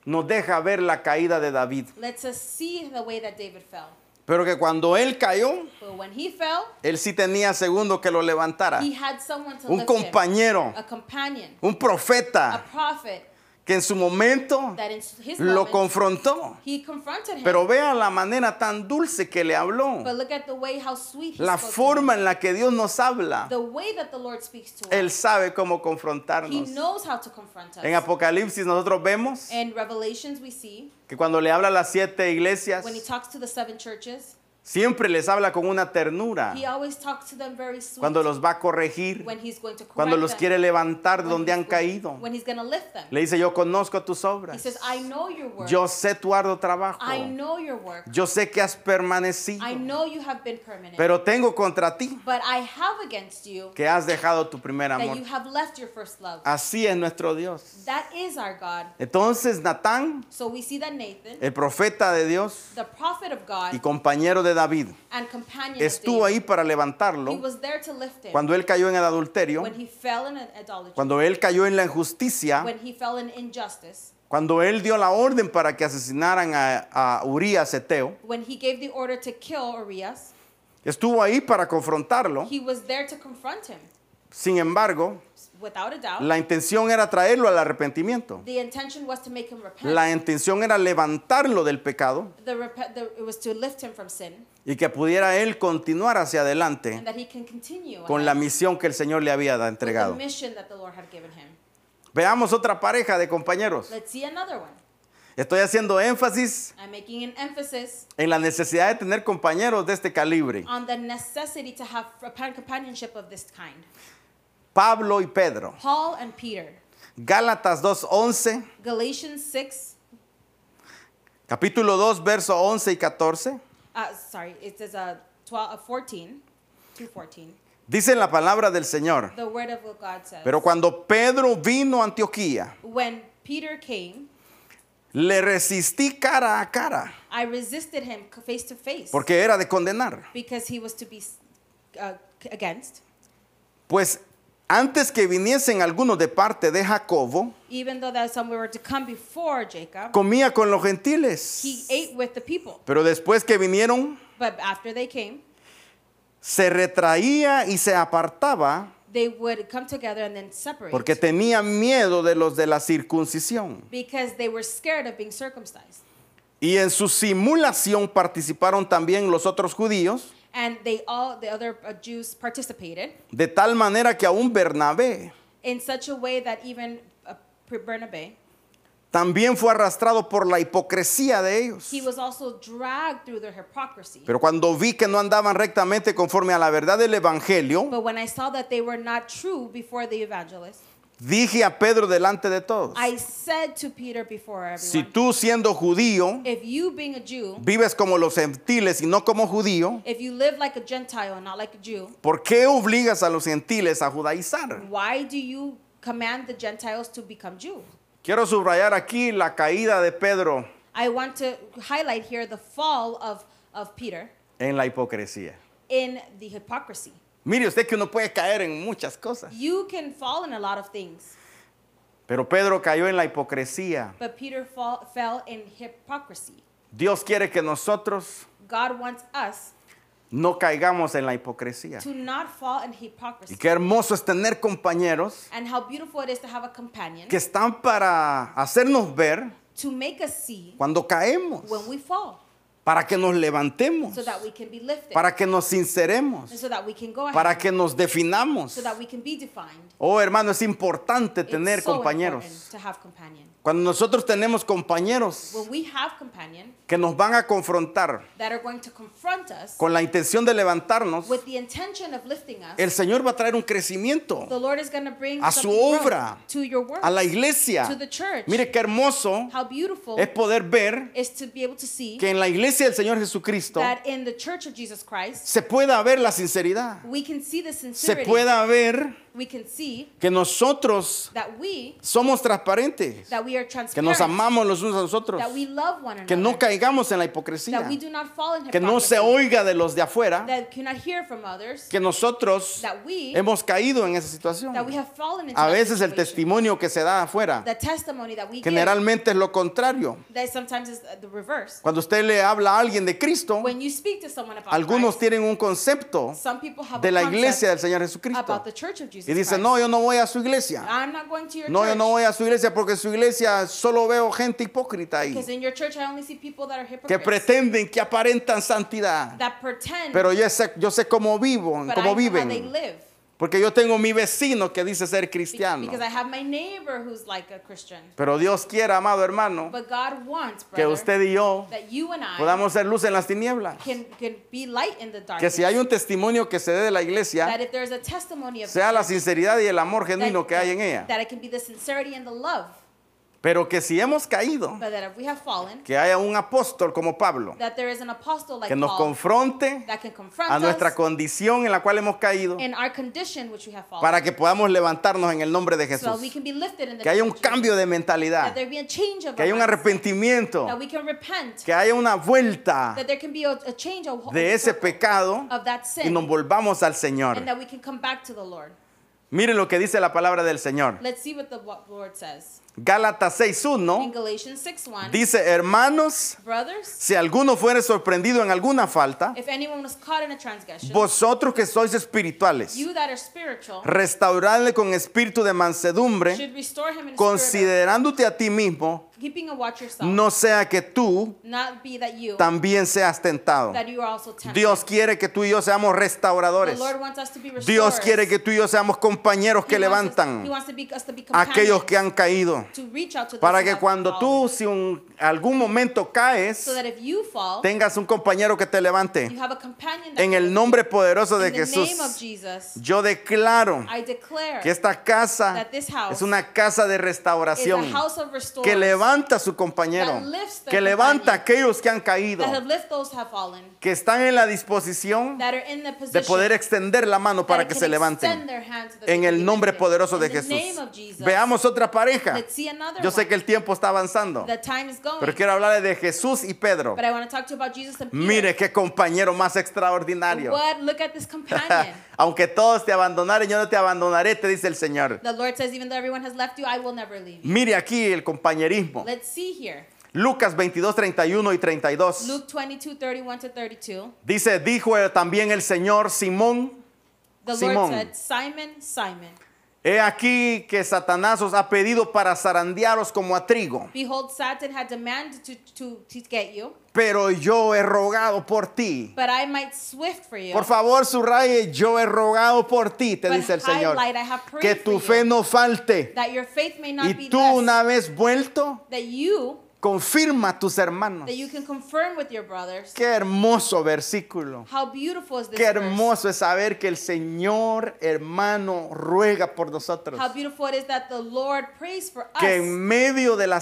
A: nos deja ver la caída de David.
B: lets us see the way that David fell.
A: Pero que cuando él cayó,
B: But when he fell,
A: él sí tenía segundo que lo levantara.
B: he had someone to
A: Ah. Un
B: lift him,
A: compañero,
B: a companion,
A: un
B: a
A: profeta
B: prophet
A: que en su momento
B: that in his
A: lo
B: moment
A: confrontó.
B: he confronted him.
A: Pero vea la manera tan dulce que le habló.
B: but look at the way how sweet he
A: La
B: spoke to
A: forma
B: him.
A: en la que Dios nos habla.
B: the way that the Lord speaks to
A: Él
B: us.
A: sabe cómo
B: He
A: confrontarnos.
B: knows how to confront us.
A: En Apocalipsis nosotros vemos
B: in Revelations we see
A: que cuando le habla a las siete iglesias,
B: when he talks to the seven churches,
A: Ah. siempre les habla con una ternura.
B: he always talks to them very sweet
A: Cuando los va a corregir,
B: when he's going to correct
A: cuando los
B: them,
A: quiere levantar de
B: when
A: donde
B: he's
A: han
B: going-
A: caído.
B: when he's going to lift them.
A: Le dice, yo conozco tus
B: He
A: obras.
B: says, I know your work.
A: Yo sé tu arduo trabajo.
B: I know your work.
A: Yo sé que has permanecido.
B: I know you have been permanent.
A: Pero tengo contra ti
B: but I have against you
A: que has dejado tu primer
B: that
A: amor. Ah.
B: you have left your first love.
A: Así es nuestro Dios.
B: That is our God.
A: Entonces Natán,
B: So we see that Nathan,
A: el profeta de Dios,
B: the prophet of God
A: y compañero de David
B: and companion of
A: estuvo
B: David,
A: ahí para
B: he
A: levantarlo
B: was there to lift him
A: cuando él cayó en el adulterio,
B: when he fell in idolatry,
A: cuando él cayó en la injusticia,
B: when he fell in injustice,
A: cuando él dio la orden para que asesinaran a, a Urias Eteo.
B: when he gave the order to kill Urias.
A: Estuvo ahí para confrontarlo.
B: He was there to confront him,
A: Sin embargo,
B: without a doubt.
A: la intención era traerlo al arrepentimiento.
B: the intention was to make him repent.
A: La intención era levantarlo del pecado
B: the, rep- the, it was to lift him from sin
A: y que pudiera él continuar hacia
B: and
A: adelante
B: that he can continue
A: con la
B: ahead
A: misión que el Señor le había da-
B: with
A: entregado.
B: the mission that the Lord had given him.
A: Veamos otra pareja de compañeros.
B: Let's see another one.
A: Estoy haciendo énfasis
B: I'm making an emphasis
A: en la necesidad de tener compañeros de este calibre,
B: on the necessity to have a pan- companionship of this kind.
A: Pablo y Pedro.
B: Paul and Peter,
A: Gálatas 2:11,
B: Galatians 6,
A: capítulo 2, verso 11 y 14,
B: uh, sorry, it says uh, 12, uh, 14, through 14.
A: dicen la palabra del Señor.
B: The word of God says,
A: Pero cuando Pedro vino a Antioquía,
B: When Peter came,
A: le resistí cara a cara,
B: I resisted him c- face to face
A: porque era de condenar.
B: because he was to be s- uh, c- against.
A: Pues antes que viniesen algunos de parte de Jacobo,
B: Even though that some were to come before Jacob,
A: comía con los
B: he
A: gentiles.
B: ate with the people.
A: Pero después que vinieron,
B: But after they came,
A: se retraía y se apartaba
B: they would come together and then separate
A: porque tenía miedo de los de la circuncisión.
B: because they were scared of being circumcised.
A: Y en su simulación participaron también los otros judíos,
B: And they all, the other uh, Jews participated
A: de tal manera que aún Bernabé
B: in such a way that even uh, Pre- Bernabe
A: también fue arrastrado por la hipocresía de ellos.
B: He was also dragged through their hypocrisy.
A: Pero cuando vi que no andaban rectamente conforme a la verdad del Evangelio,
B: But when I saw that they were not true before the evangelist,
A: dije a Pedro delante de todos,
B: I said to Peter before
A: si
B: everyone,
A: tú siendo judío
B: if you being a Jew,
A: vives como los gentiles y no como judío,
B: if you live like a Gentile and not like a Jew,
A: ¿por qué obligas a los gentiles a judaizar?
B: why do you command the Gentiles to become Jew?
A: Quiero subrayar aquí la caída de Pedro
B: I want to highlight here the fall of, of Peter
A: en la hipocresía.
B: in the hypocrisy.
A: Mire usted que uno puede caer en muchas cosas,
B: You can fall in a lot of things,
A: pero Pedro cayó en la hipocresía.
B: but Peter fall, fell in hypocrisy.
A: Dios quiere que nosotros
B: God wants us
A: no caigamos en la hipocresía.
B: to not fall in
A: Y
B: hypocrisy.
A: qué hermoso es tener compañeros
B: And how beautiful it is to have a companion
A: que están para hacernos ver
B: to make us see
A: cuando caemos,
B: when we fall
A: para que nos levantemos,
B: so that we can be lifted
A: para que nos sinceremos,
B: and so that we can go
A: para
B: ahead
A: que nos definamos.
B: so that we can be defined.
A: Oh, hermano, es importante tener
B: it's so
A: compañeros.
B: important to have companion.
A: Cuando nosotros tenemos compañeros
B: When we have companion
A: que nos van a confrontar
B: that are going to confront us
A: con la intención de levantarnos,
B: with the intention of lifting us,
A: el Señor va a traer un crecimiento
B: the Lord is going to bring
A: a su
B: something growth
A: obra,
B: to your work,
A: a la iglesia.
B: to the church.
A: Mire qué hermoso
B: how beautiful
A: es poder ver
B: is to be able to see
A: que en la iglesia del Señor Jesucristo
B: that in the church of Jesus Christ,
A: se pueda ver la sinceridad,
B: we can see the
A: se
B: sincerity.
A: pueda ver
B: we can see
A: que nosotros
B: that we
A: somos transparentes,
B: that we are
A: que
B: transparent,
A: nos amamos los unos a los otros,
B: that we love one another,
A: que no caigamos en la
B: that
A: hipocresía,
B: we do not fall in
A: que no
B: hypocrisy,
A: se oiga de los de afuera
B: that cannot hear from others,
A: que nosotros
B: that we
A: hemos caído en esa situación.
B: that we have fallen into
A: A
B: that
A: veces el
B: situation.
A: testimonio que se da afuera
B: the testimony that we
A: generalmente es lo contrario.
B: give that sometimes is the reverse.
A: Cuando usted le habla a alguien de Cristo,
B: When you speak to someone about
A: algunos
B: Christ,
A: tienen un concepto
B: some people have
A: de
B: a
A: la
B: concept
A: iglesia del Señor Jesucristo
B: about the church of Jesus
A: y dicen,
B: Christ.
A: no, yo no voy a su iglesia.
B: I'm not going to your
A: No,
B: church
A: yo no voy a su iglesia porque su iglesia solo veo gente hipócrita
B: because
A: ahí.
B: in your church I only see people that are
A: Que
B: hypocrites
A: pretenden, que aparentan santidad.
B: that pretend
A: Pero yo sé, yo sé cómo vivo,
B: but I
A: cómo
B: know how they
A: viven.
B: live
A: Porque yo tengo mi vecino que dice ser
B: be-
A: cristiano.
B: because I have my neighbor who's like a Christian.
A: Pero Dios quiera, amado hermano,
B: But God wants,
A: que
B: brother,
A: usted y yo
B: that you and I
A: podamos ser luz en las tinieblas.
B: can, can be light in the
A: Que
B: darkness.
A: si hay un testimonio que se dé de la
B: that
A: iglesia,
B: if there's a testimony of
A: sea la
B: the church,
A: sinceridad y el amor
B: that-
A: genuino que hay en ella.
B: that it can be the sincerity and the love,
A: Pero que si hemos caído,
B: but that if we have fallen,
A: que haya un apóstol como Pablo,
B: that there is an apostle like
A: que nos
B: Paul
A: confronte
B: that can confront
A: a nuestra
B: us
A: condición en la cual hemos caído.
B: in our condition which we have fallen,
A: para que podamos levantarnos en el nombre de
B: so that we
A: Jesús.
B: can be lifted in the
A: Que haya
B: name
A: un
B: of Jesus,
A: cambio de mentalidad,
B: that there be a change of
A: que haya un
B: our minds,
A: arrepentimiento,
B: that we can repent,
A: que haya una vuelta
B: that there can be a, a change of,
A: de ese pecado
B: of that sin,
A: y nos volvamos al Señor.
B: and that we can come back to the Lord.
A: Miren lo que dice la palabra del Señor.
B: Let's see what the what Lord says.
A: Gálatas
B: In
A: 6.1
B: Galatians 6 1,
A: dice, hermanos,
B: brothers,
A: si alguno fuere sorprendido en alguna falta,
B: if anyone was caught in a transgression,
A: vosotros que sois espirituales,
B: you that are spiritual
A: restauradle con espíritu de mansedumbre,
B: should restore him in a spirit
A: considerándote a ti mismo,
B: of keeping a watch yourself,
A: no sea que tú
B: not be that you,
A: también seas tentado.
B: that you are also tempted.
A: Dios quiere que tú y yo seamos
B: the
A: restauradores.
B: Lord wants us to be restored.
A: Dios quiere que tú y yo seamos compañeros que
B: He wants us- He
A: levantan
B: wants to be, us to be
A: a
B: companions,
A: aquellos que han caído.
B: to reach out to those
A: Para
B: who
A: que
B: have
A: cuando
B: fallen.
A: tú, si en algún momento caes,
B: so that if you fall,
A: tengas un compañero que te
B: you
A: levante.
B: have a companion that
A: En el nombre poderoso de
B: in the name
A: Jesús,
B: of Jesus,
A: yo declaro
B: I declare
A: que esta casa
B: that this house
A: es una casa de
B: is a
A: restauración
B: house of restoration
A: que levanta a su compañero,
B: that lifts their
A: que levanta a
B: companion,
A: aquellos que han caído,
B: that have left those who have fallen,
A: que están en la disposición
B: that are in the
A: de
B: position
A: poder extender la mano para
B: that
A: que
B: can
A: se levanten.
B: extend their hand so that they
A: En
B: can
A: el
B: be
A: nombre
B: lifted.
A: poderoso de
B: In the name
A: Jesús.
B: of Jesus.
A: Veamos otra pareja.
B: Let's see another
A: Yo sé
B: one.
A: que el tiempo está avanzando,
B: The time is going.
A: pero quiero hablar de Jesús y Pedro.
B: But I want to talk to you about Jesus and Peter.
A: Mire qué compañero más extraordinario.
B: What? Look at this companion.
A: <laughs> Aunque todos te abandonaren, yo no te abandonaré, te dice el Señor.
B: the Lord says, even though everyone has left you, I will never leave you.
A: Mire aquí el compañerismo.
B: Let's see here.
A: Lucas 22, 31 y 32.
B: Luke 22, 31 to 32.
A: Dice, dijo también el Señor Simón,
B: The
A: Simón.
B: Lord said, Simon, Simon,
A: He aquí que Satanás os ha pedido para zarandearos como a trigo,
B: Behold, Satan had demanded to, to, to get you,
A: pero yo he rogado por ti.
B: but I might swift for you.
A: Por favor, subraye, yo he rogado por ti, te
B: But
A: dice el Señor,
B: highlight, I have prayed
A: que
B: for
A: tu
B: you.
A: fe no falte.
B: that your faith may not be
A: Y tú
B: less.
A: una vez vuelto,
B: that you
A: confirma a tus hermanos.
B: that you can confirm with your brothers.
A: Qué hermoso versículo.
B: How beautiful is this
A: Qué
B: verse.
A: hermoso es saber que el Señor, hermano, ruega por nosotros.
B: How beautiful it is that the Lord prays for us.
A: Que en medio de la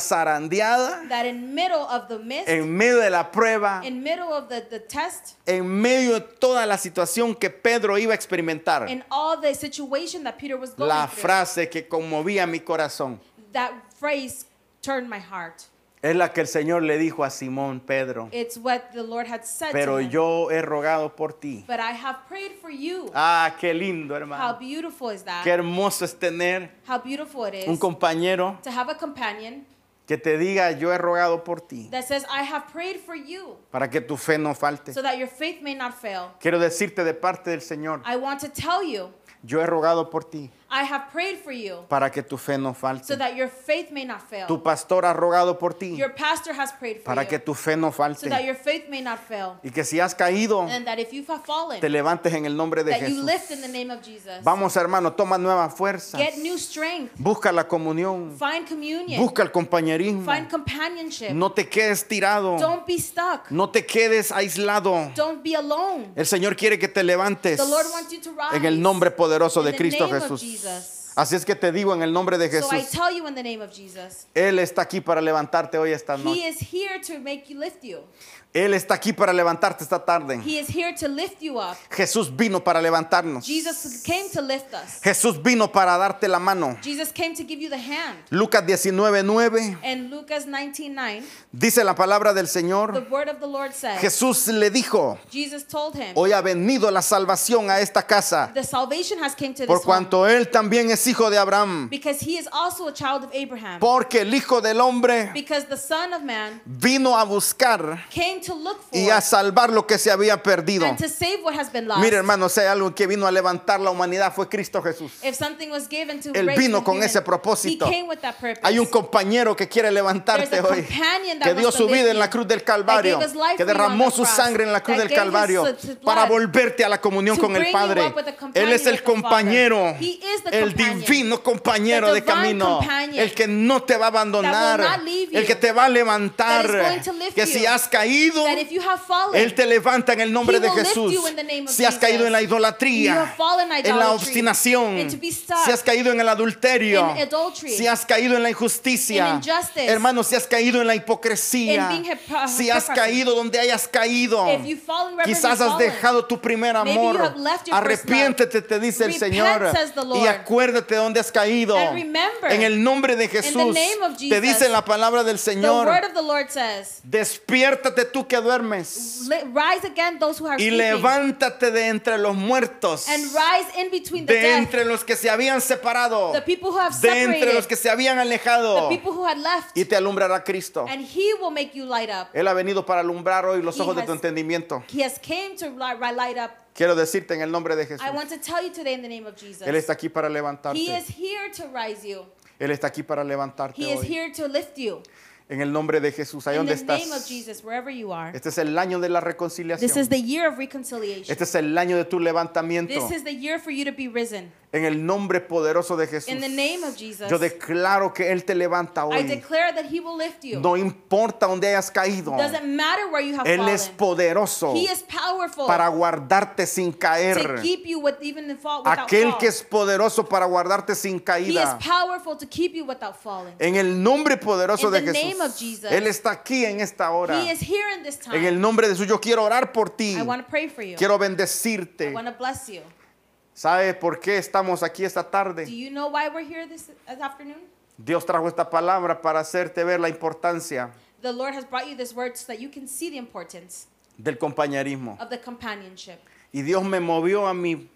A: zarandeada,
B: that in middle of the midst,
A: en medio de la prueba,
B: in middle of the, the test,
A: en medio de toda la situación que Pedro iba a experimentar,
B: in all the situation that Peter was going
A: la
B: through,
A: frase que conmovía mi corazón
B: that phrase turned my heart.
A: es la que el Señor le dijo a Simón Pedro,
B: It's what the Lord had said
A: pero
B: to him.
A: yo he rogado por ti.
B: but I have prayed for you.
A: Ah, qué lindo
B: How
A: hermano.
B: beautiful is that?
A: Qué hermoso es tener
B: How beautiful it
A: un
B: is
A: compañero
B: to have a companion
A: que te diga, yo he rogado por ti,
B: that says, I have prayed for you
A: para que tu fe no falte.
B: so that your faith may not fail.
A: Quiero decirte de parte del Señor,
B: I want to tell you,
A: yo he rogado por ti
B: I have prayed for you
A: para que tu fe no
B: so
A: falte.
B: that your faith may not fail.
A: Tu pastor ha rogado por ti
B: Your pastor has prayed for
A: para que
B: you
A: tu fe no
B: so that
A: falte.
B: your faith may not fail.
A: Y que si has caído,
B: And that if you have fallen,
A: te levantes en el nombre de
B: that you
A: Jesús.
B: lift in the name of Jesus.
A: Vamos hermano, toma nuevas fuerzas.
B: Get new strength.
A: Busca la comunión.
B: Find communion.
A: Mm. Busca el compañerismo.
B: Find companionship.
A: No te quedes tirado.
B: Don't be stuck.
A: No te quedes aislado.
B: Don't be alone.
A: El Señor quiere que te levantes
B: The Lord wants you to rise
A: en el nombre poderoso
B: in
A: de
B: the
A: Cristo
B: name of
A: Jesús.
B: Jesus.
A: Así es que te digo en el nombre de
B: So I
A: Jesús,
B: tell you in the name of Jesus,
A: Él está aquí para levantarte hoy esta
B: He
A: noche.
B: is here to make you lift you.
A: Él está aquí para levantarte esta tarde.
B: He is here to lift you up.
A: Jesús vino para levantarnos.
B: Jesus came to lift us.
A: Jesús vino para darte la mano.
B: Jesus came to give you the hand.
A: Lucas 19:9
B: And Lucas 19:9,
A: dice la palabra del
B: the
A: Señor.
B: word of the Lord says,
A: Jesús le dijo,
B: Jesus told him,
A: hoy ha venido la salvación a esta casa,
B: the salvation has came to
A: por
B: this home
A: cuanto él también es hijo de Abraham,
B: because he is also a child of Abraham.
A: porque el Hijo del Hombre
B: Because the son of man
A: vino a buscar
B: came to look for
A: y a salvar lo que se había perdido.
B: and to save what has been lost.
A: Mira hermano, si hay algo que vino a levantar la humanidad fue Cristo Jesús.
B: If something was given to
A: Él
B: raise
A: vino
B: the
A: con
B: human,
A: ese propósito.
B: He came with that purpose.
A: Hay un compañero que quiere
B: There's
A: levantarte
B: a
A: hoy,
B: companion that
A: que dio
B: wants to
A: su vida
B: lift
A: en la
B: you,
A: cruz del
B: that
A: Calvario,
B: gave his life
A: que
B: for you
A: derramó
B: on the
A: su
B: cross,
A: sangre en la cruz
B: that
A: del
B: gave his-
A: Calvario
B: his blood
A: para volverte a la comunión
B: to
A: con el
B: bring you
A: Padre.
B: up with a
A: Él
B: companion
A: es el
B: with the Father.
A: compañero,
B: He is the
A: el
B: companion,
A: divino compañero
B: the
A: de
B: divine
A: camino,
B: companion
A: el que no te va a abandonar,
B: not leave
A: el que
B: you,
A: te va a
B: that is
A: levantar,
B: going to lift
A: que si
B: you,
A: has caído,
B: that if you have fallen,
A: Él te levanta en el nombre
B: He
A: de
B: will lift
A: Jesús.
B: you in the name of
A: Si has caído
B: Jesus.
A: en la
B: You have
A: idolatría,
B: fallen in
A: en la
B: idolatry,
A: obstinación,
B: and to be stuck
A: si has caído en el adulterio,
B: in adultery,
A: si has caído en la injusticia,
B: in injustice,
A: hermano, si has caído en la hipocresía,
B: in being hypo-
A: si has
B: hypocrisy.
A: caído donde hayas caído,
B: If you've fallen wherever
A: quizás
B: you've
A: has
B: fallen.
A: dejado tu primer
B: Maybe you
A: amor,
B: have left your first love.
A: arrepiéntete, te dice el
B: Repent,
A: Señor,
B: says the
A: y
B: Lord.
A: acuérdate dónde has caído.
B: And remember,
A: En el nombre de
B: the
A: Jesús,
B: name of
A: te
B: Jesus,
A: dice la palabra del
B: the
A: Señor.
B: word of the Lord says,
A: Despiértate tú que duermes
B: "Li- rise again those who are
A: y
B: sleeping
A: levántate de entre los muertos,
B: and rise in between the
A: de
B: dead,
A: entre los que se habían separado,
B: the people who have
A: de entre
B: separated,
A: los que se habían
B: the
A: alejado
B: people who had left,
A: y te alumbrará Cristo.
B: and he will make you light up.
A: Él ha venido para alumbrar hoy los
B: He
A: ojos de
B: has-
A: tu entendimiento.
B: He has came to li- ri- light up.
A: Quiero decirte en el nombre de Jesús,
B: I want to tell you today in the name of Jesus.
A: Él está aquí para
B: He is
A: levantarte.
B: here to rise you.
A: Él está aquí para levantarte
B: He is
A: hoy.
B: here to lift you.
A: En el nombre de Jesús, ahí
B: In
A: donde
B: the name of
A: estás.
B: Jesus, wherever you are.
A: Este es el año de la
B: This
A: reconciliación.
B: is the year of reconciliation.
A: Este es el año de tu levantamiento.
B: This is the year for you to be risen.
A: En el nombre poderoso de Jesús.
B: In the name of Jesus,
A: Yo declaro que Él te levanta
B: I
A: hoy.
B: declare that He will lift you.
A: No importa dónde hayas caído.
B: Doesn't matter where you have
A: Él es
B: fallen.
A: poderoso
B: He is powerful
A: para guardarte sin
B: to
A: caer.
B: keep you with even in fault without
A: Aquel
B: fall.
A: que es poderoso para guardarte sin
B: He is
A: caída.
B: powerful to keep you without falling.
A: En el nombre poderoso
B: In
A: de
B: the name
A: Jesús.
B: of Jesus.
A: Él está aquí en esta hora.
B: He is here in this
A: En el
B: time.
A: nombre de Jesús yo quiero orar por ti.
B: I want to pray for you.
A: Quiero
B: I
A: bendecirte.
B: want to bless you.
A: ¿Sabes por qué estamos aquí esta
B: Do
A: tarde?
B: you know why we're here this, this afternoon?
A: Dios trajo esta palabra para hacerte ver la importancia
B: The Lord has brought you this word so that you can see the importance
A: del compañerismo.
B: of the companionship.
A: Y Dios me movió a mí.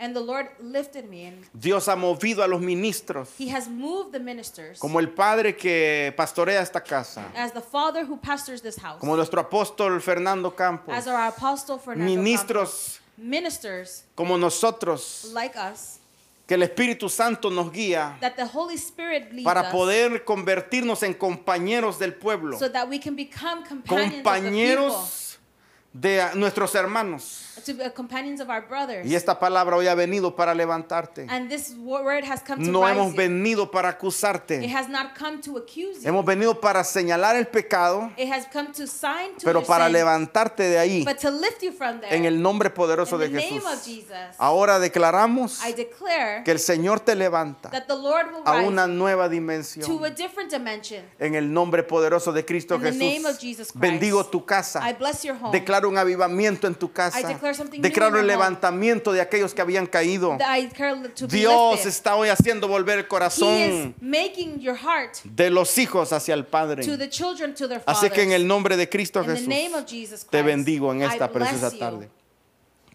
B: And the Lord lifted me, and
A: Dios ha movido a los ministros.
B: He has moved the ministers
A: Como el padre que pastorea esta casa.
B: as the Father who pastors this house,
A: Como nuestro apóstol Fernando Campos.
B: as our apostle Fernando, Campos.
A: Ministros
B: ministers
A: como nosotros
B: like us
A: que el Espíritu Santo nos guía
B: that the Holy Spirit leads
A: para
B: us
A: poder convertirnos en compañeros del pueblo,
B: so that we can become companions of
A: compañeros de ah, nuestros hermanos.
B: the people, to be companions of our brothers.
A: Y esta palabra hoy ha venido para levantarte.
B: And this wo- word has come to
A: No
B: rise
A: hemos
B: you.
A: venido para
B: It
A: acusarte.
B: has not come to accuse you.
A: Hemos venido para señalar el pecado,
B: It has come to sign to
A: pero
B: your
A: para
B: sin,
A: levantarte de ahí
B: but to lift you from there.
A: en el nombre poderoso
B: In the
A: de
B: name of
A: Jesús.
B: Jesus,
A: Ahora declaramos
B: I declare
A: que el Señor te levanta
B: that the Lord will
A: a
B: rise
A: una nueva
B: to a
A: dimensión.
B: different dimension.
A: En el nombre poderoso de Cristo
B: In the name of
A: Jesús,
B: Jesus Christ.
A: bendigo tu casa.
B: I bless your home.
A: Declaro un avivamiento en tu casa.
B: I declare something new in
A: Declaro
B: your
A: el
B: home.
A: levantamiento de aquellos que habían caído.
B: That I declare to be
A: Dios
B: lifted.
A: está hoy haciendo volver el
B: He is
A: corazón
B: making your heart
A: de los hijos hacia el Padre.
B: to the children to their fathers.
A: Así que en el nombre de Cristo
B: In the
A: Jesús,
B: name of Jesus
A: te
B: Christ,
A: bendigo en
B: I
A: esta
B: bless
A: preciosa
B: you.
A: tarde.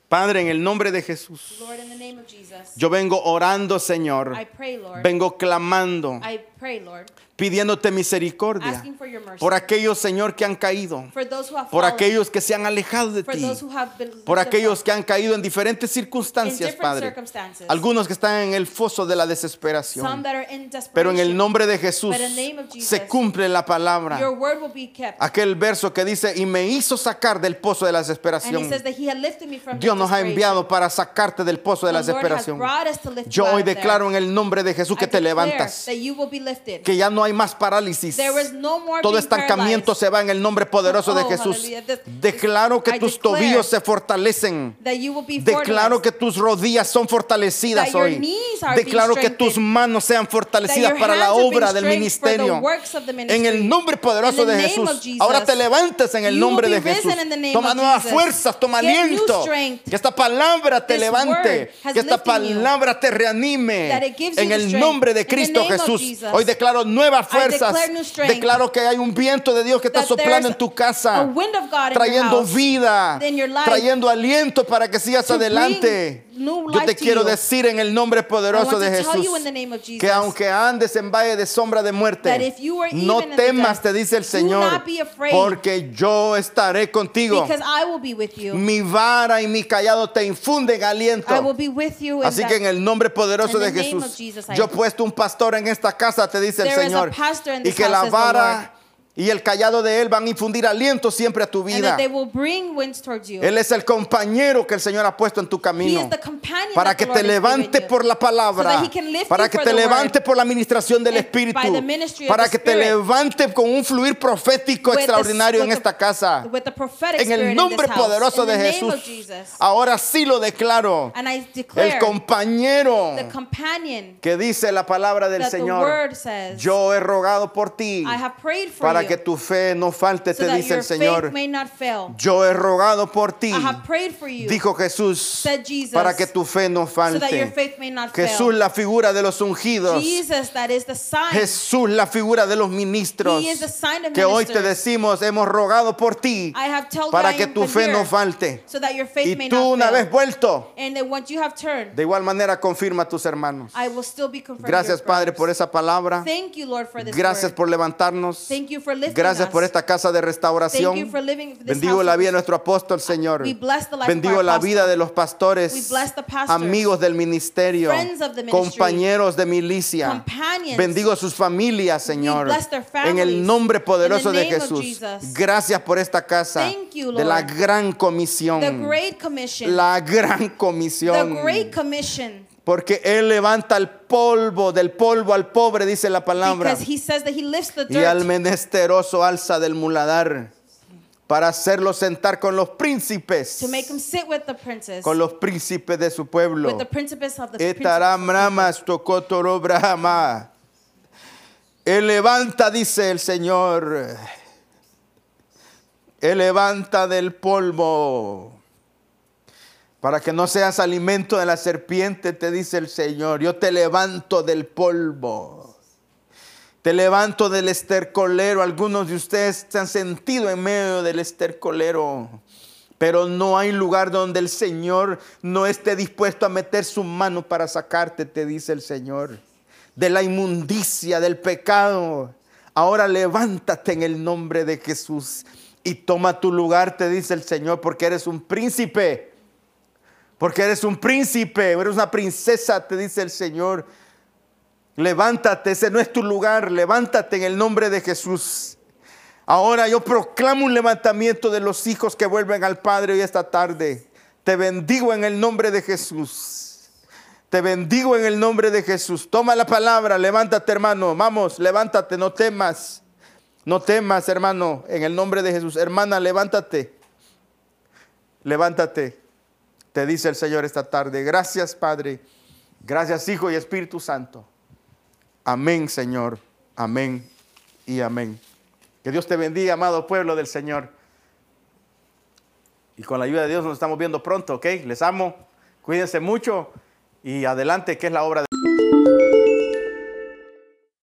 A: Padre, en el nombre de Jesús,
B: Lord, in the name of Jesus,
A: yo vengo orando, Señor.
B: I pray, Lord.
A: Vengo clamando,
B: I pray, Lord,
A: pidiéndote misericordia
B: asking for your mercy.
A: por aquellos, Señor, que han caído,
B: for those who have
A: por
B: fallen,
A: aquellos que se han alejado de
B: for
A: ti,
B: those who have been
A: por
B: lifted
A: aquellos
B: up
A: que han caído en diferentes
B: in
A: circunstancias,
B: different
A: Padre.
B: circumstances,
A: Algunos que están en el foso de la
B: some
A: desesperación.
B: that are in desperation.
A: Pero en el nombre de Jesús
B: But in the name of Jesus,
A: se cumple la
B: your
A: palabra.
B: word will be kept.
A: Aquel verso que dice, y me hizo sacar del pozo de la
B: and he
A: desesperación.
B: says that he had lifted me from
A: Dios
B: the
A: nos ha
B: desperation.
A: enviado para sacarte del pozo de la
B: The Lord has
A: desesperación.
B: brought us to lift
A: Yo
B: you out
A: hoy
B: of there.
A: declaro en el nombre de Jesús
B: I
A: que te
B: declare
A: levantas,
B: That you will be lifted.
A: que ya no hay más parálisis.
B: There is no more
A: Todo
B: being
A: estancamiento
B: paralyzed.
A: se va en el nombre poderoso de
B: Oh,
A: Jesús.
B: hallelujah. This-
A: Declaro que
B: I
A: tus
B: declare
A: tobillos se fortalecen.
B: That you will be
A: Declaro
B: fortified.
A: que tus rodillas son fortalecidas
B: That your
A: hoy.
B: knees are being
A: Declaro que tus
B: strengthened.
A: manos sean fortalecidas
B: your
A: para la
B: hands are being
A: obra del
B: strengthened for the
A: ministerio.
B: works of the
A: En el
B: ministry.
A: nombre poderoso
B: In the
A: de
B: name of
A: Jesús.
B: Jesus.
A: Ahora te levantas en el
B: You
A: nombre de
B: will be risen
A: Jesús.
B: in the name
A: Toma
B: of
A: nuevas
B: Jesus.
A: fuerzas, toma
B: Get new
A: aliento.
B: strength.
A: Que esta palabra te
B: This
A: levante.
B: word has
A: Que esta
B: lifted you.
A: palabra te
B: That
A: reanime.
B: it gives you
A: En
B: the
A: el
B: strength.
A: nombre de
B: In the
A: Cristo
B: name of
A: Jesús.
B: Jesus.
A: Hoy declaro nuevas
B: I declare
A: fuerzas.
B: new strength.
A: Declaro que hay un viento de Dios que está
B: That there
A: soplando
B: is
A: en tu casa.
B: a wind of God in your
A: Trayendo
B: house,
A: vida.
B: in your life,
A: Trayendo aliento para que sigas
B: to bring
A: adelante.
B: new
A: Yo
B: life
A: te
B: to
A: quiero
B: you.
A: decir en el nombre poderoso
B: want
A: de
B: to tell
A: Jesús
B: you in the name of Jesus
A: que aunque andes en valle de sombra de
B: that
A: muerte,
B: if you are
A: no
B: even in the
A: temas, te
B: death,
A: dice el
B: do
A: Señor,
B: not be afraid,
A: porque yo estaré contigo.
B: Because I will be with you.
A: Mi vara y mi callado te infunden
B: I will
A: aliento.
B: be with you. in
A: Así
B: that-
A: que en el nombre poderoso
B: In the
A: de
B: name of
A: Jesús,
B: Jesus, I
A: yo he
B: pray.
A: puesto un pastor en esta casa, te dice el
B: There is a
A: Señor,
B: pastor in
A: y
B: this
A: que
B: house,
A: la
B: says the
A: vara y el callado de él van a infundir aliento siempre a tu
B: and
A: vida.
B: that they will bring winds towards you.
A: Él es el compañero que el Señor ha puesto en tu
B: He
A: camino
B: is the companion
A: para
B: that the
A: que te
B: Lord has
A: levante
B: given you.
A: por la
B: so
A: palabra,
B: that he can lift
A: para
B: you
A: que
B: for
A: te
B: the
A: levante
B: word,
A: por la administración del
B: and by
A: Espíritu,
B: the ministry of
A: para
B: the
A: que te
B: Spirit.
A: levante con un fluir profético
B: With the-
A: extraordinario en
B: with the-
A: esta casa.
B: with the prophetic
A: En
B: spirit
A: el
B: in
A: nombre
B: this house.
A: poderoso
B: In
A: de
B: the name
A: Jesús,
B: of Jesus.
A: ahora sí lo declaro,
B: And I
A: el
B: declare
A: compañero
B: the companion
A: que dice la palabra del
B: that the
A: Señor,
B: word says,
A: yo he rogado por ti
B: I have prayed for
A: para
B: you
A: que tu fe no falte,
B: so
A: te
B: that
A: dice
B: your
A: el Señor.
B: faith may not fail.
A: Yo he rogado por ti.
B: I have prayed for you
A: Dijo Jesús,
B: Said Jesus,
A: para que tu fe no
B: so that your
A: falte.
B: faith may not
A: Jesús,
B: fail.
A: la figura de los ungidos.
B: Jesus, that is the sign.
A: Jesús, la figura de los ministros.
B: He is the sign of
A: Que hoy te
B: ministers.
A: decimos, hemos rogado por ti
B: I have told
A: para
B: you I
A: que
B: am
A: tu fe no
B: here,
A: falte.
B: so that your faith
A: Y
B: may
A: tú
B: not
A: una
B: fail.
A: vez vuelto,
B: and then once you have turned,
A: de igual manera confirma a tus hermanos.
B: I will still be confirmed.
A: Gracias Padre por esa palabra.
B: Thank you, Lord, for this
A: Gracias
B: word.
A: por levantarnos.
B: Thank you for lifting
A: Gracias
B: us.
A: por esta casa de restauración.
B: Thank you for living this
A: Bendigo
B: house
A: la
B: of-
A: vida de nuestro apóstol, Señor.
B: We bless the life of
A: Bendigo
B: our
A: la
B: apostle.
A: vida de los pastores,
B: We bless the pastors,
A: amigos del ministerio,
B: friends of the ministry,
A: compañeros de milicia.
B: companions.
A: Bendigo sus familias, Señor.
B: bless their
A: En el
B: families.
A: nombre poderoso
B: In the
A: de
B: name of
A: Jesús.
B: Jesus.
A: Gracias por esta casa
B: Thank you,
A: de la
B: Lord.
A: gran comisión.
B: the Great Commission.
A: La gran
B: the
A: comisión.
B: Great Commission.
A: Porque Él levanta el polvo, del polvo al pobre, dice la palabra.
B: Because he says that he lifts the
A: y al
B: dirt
A: menesteroso alza del muladar para hacerlo sentar con los príncipes,
B: to make him sit with the princes,
A: con los príncipes de su pueblo.
B: with the principes of the
A: Etaram ramas tocotoro brahma. Él levanta, dice el Señor. Él levanta del polvo. Para que no seas alimento de la serpiente, te dice el Señor. Yo te levanto del polvo. Te levanto del estercolero. Algunos de ustedes se han sentido en medio del estercolero. Pero no hay lugar donde el Señor no esté dispuesto a meter su mano para sacarte, te dice el Señor. De la inmundicia, del pecado. Ahora levántate en el nombre de Jesús y toma tu lugar, te dice el Señor, porque eres un príncipe. Porque eres un príncipe, eres una princesa, te dice el Señor. Levántate, ese no es tu lugar, levántate en el nombre de Jesús. Ahora yo proclamo un levantamiento de los hijos que vuelven al Padre hoy esta tarde. Te bendigo en el nombre de Jesús. Te bendigo en el nombre de Jesús. Toma la palabra, levántate hermano, vamos, levántate, no temas. No temas hermano, en el nombre de Jesús. Hermana, levántate. Levántate, te dice el Señor esta tarde. Gracias Padre, gracias Hijo y Espíritu Santo. Amén Señor, amén y amén. Que Dios te bendiga, amado pueblo del Señor. Y con la ayuda de Dios nos estamos viendo pronto, ¿ok? Les amo, cuídense mucho y adelante, que es la obra de...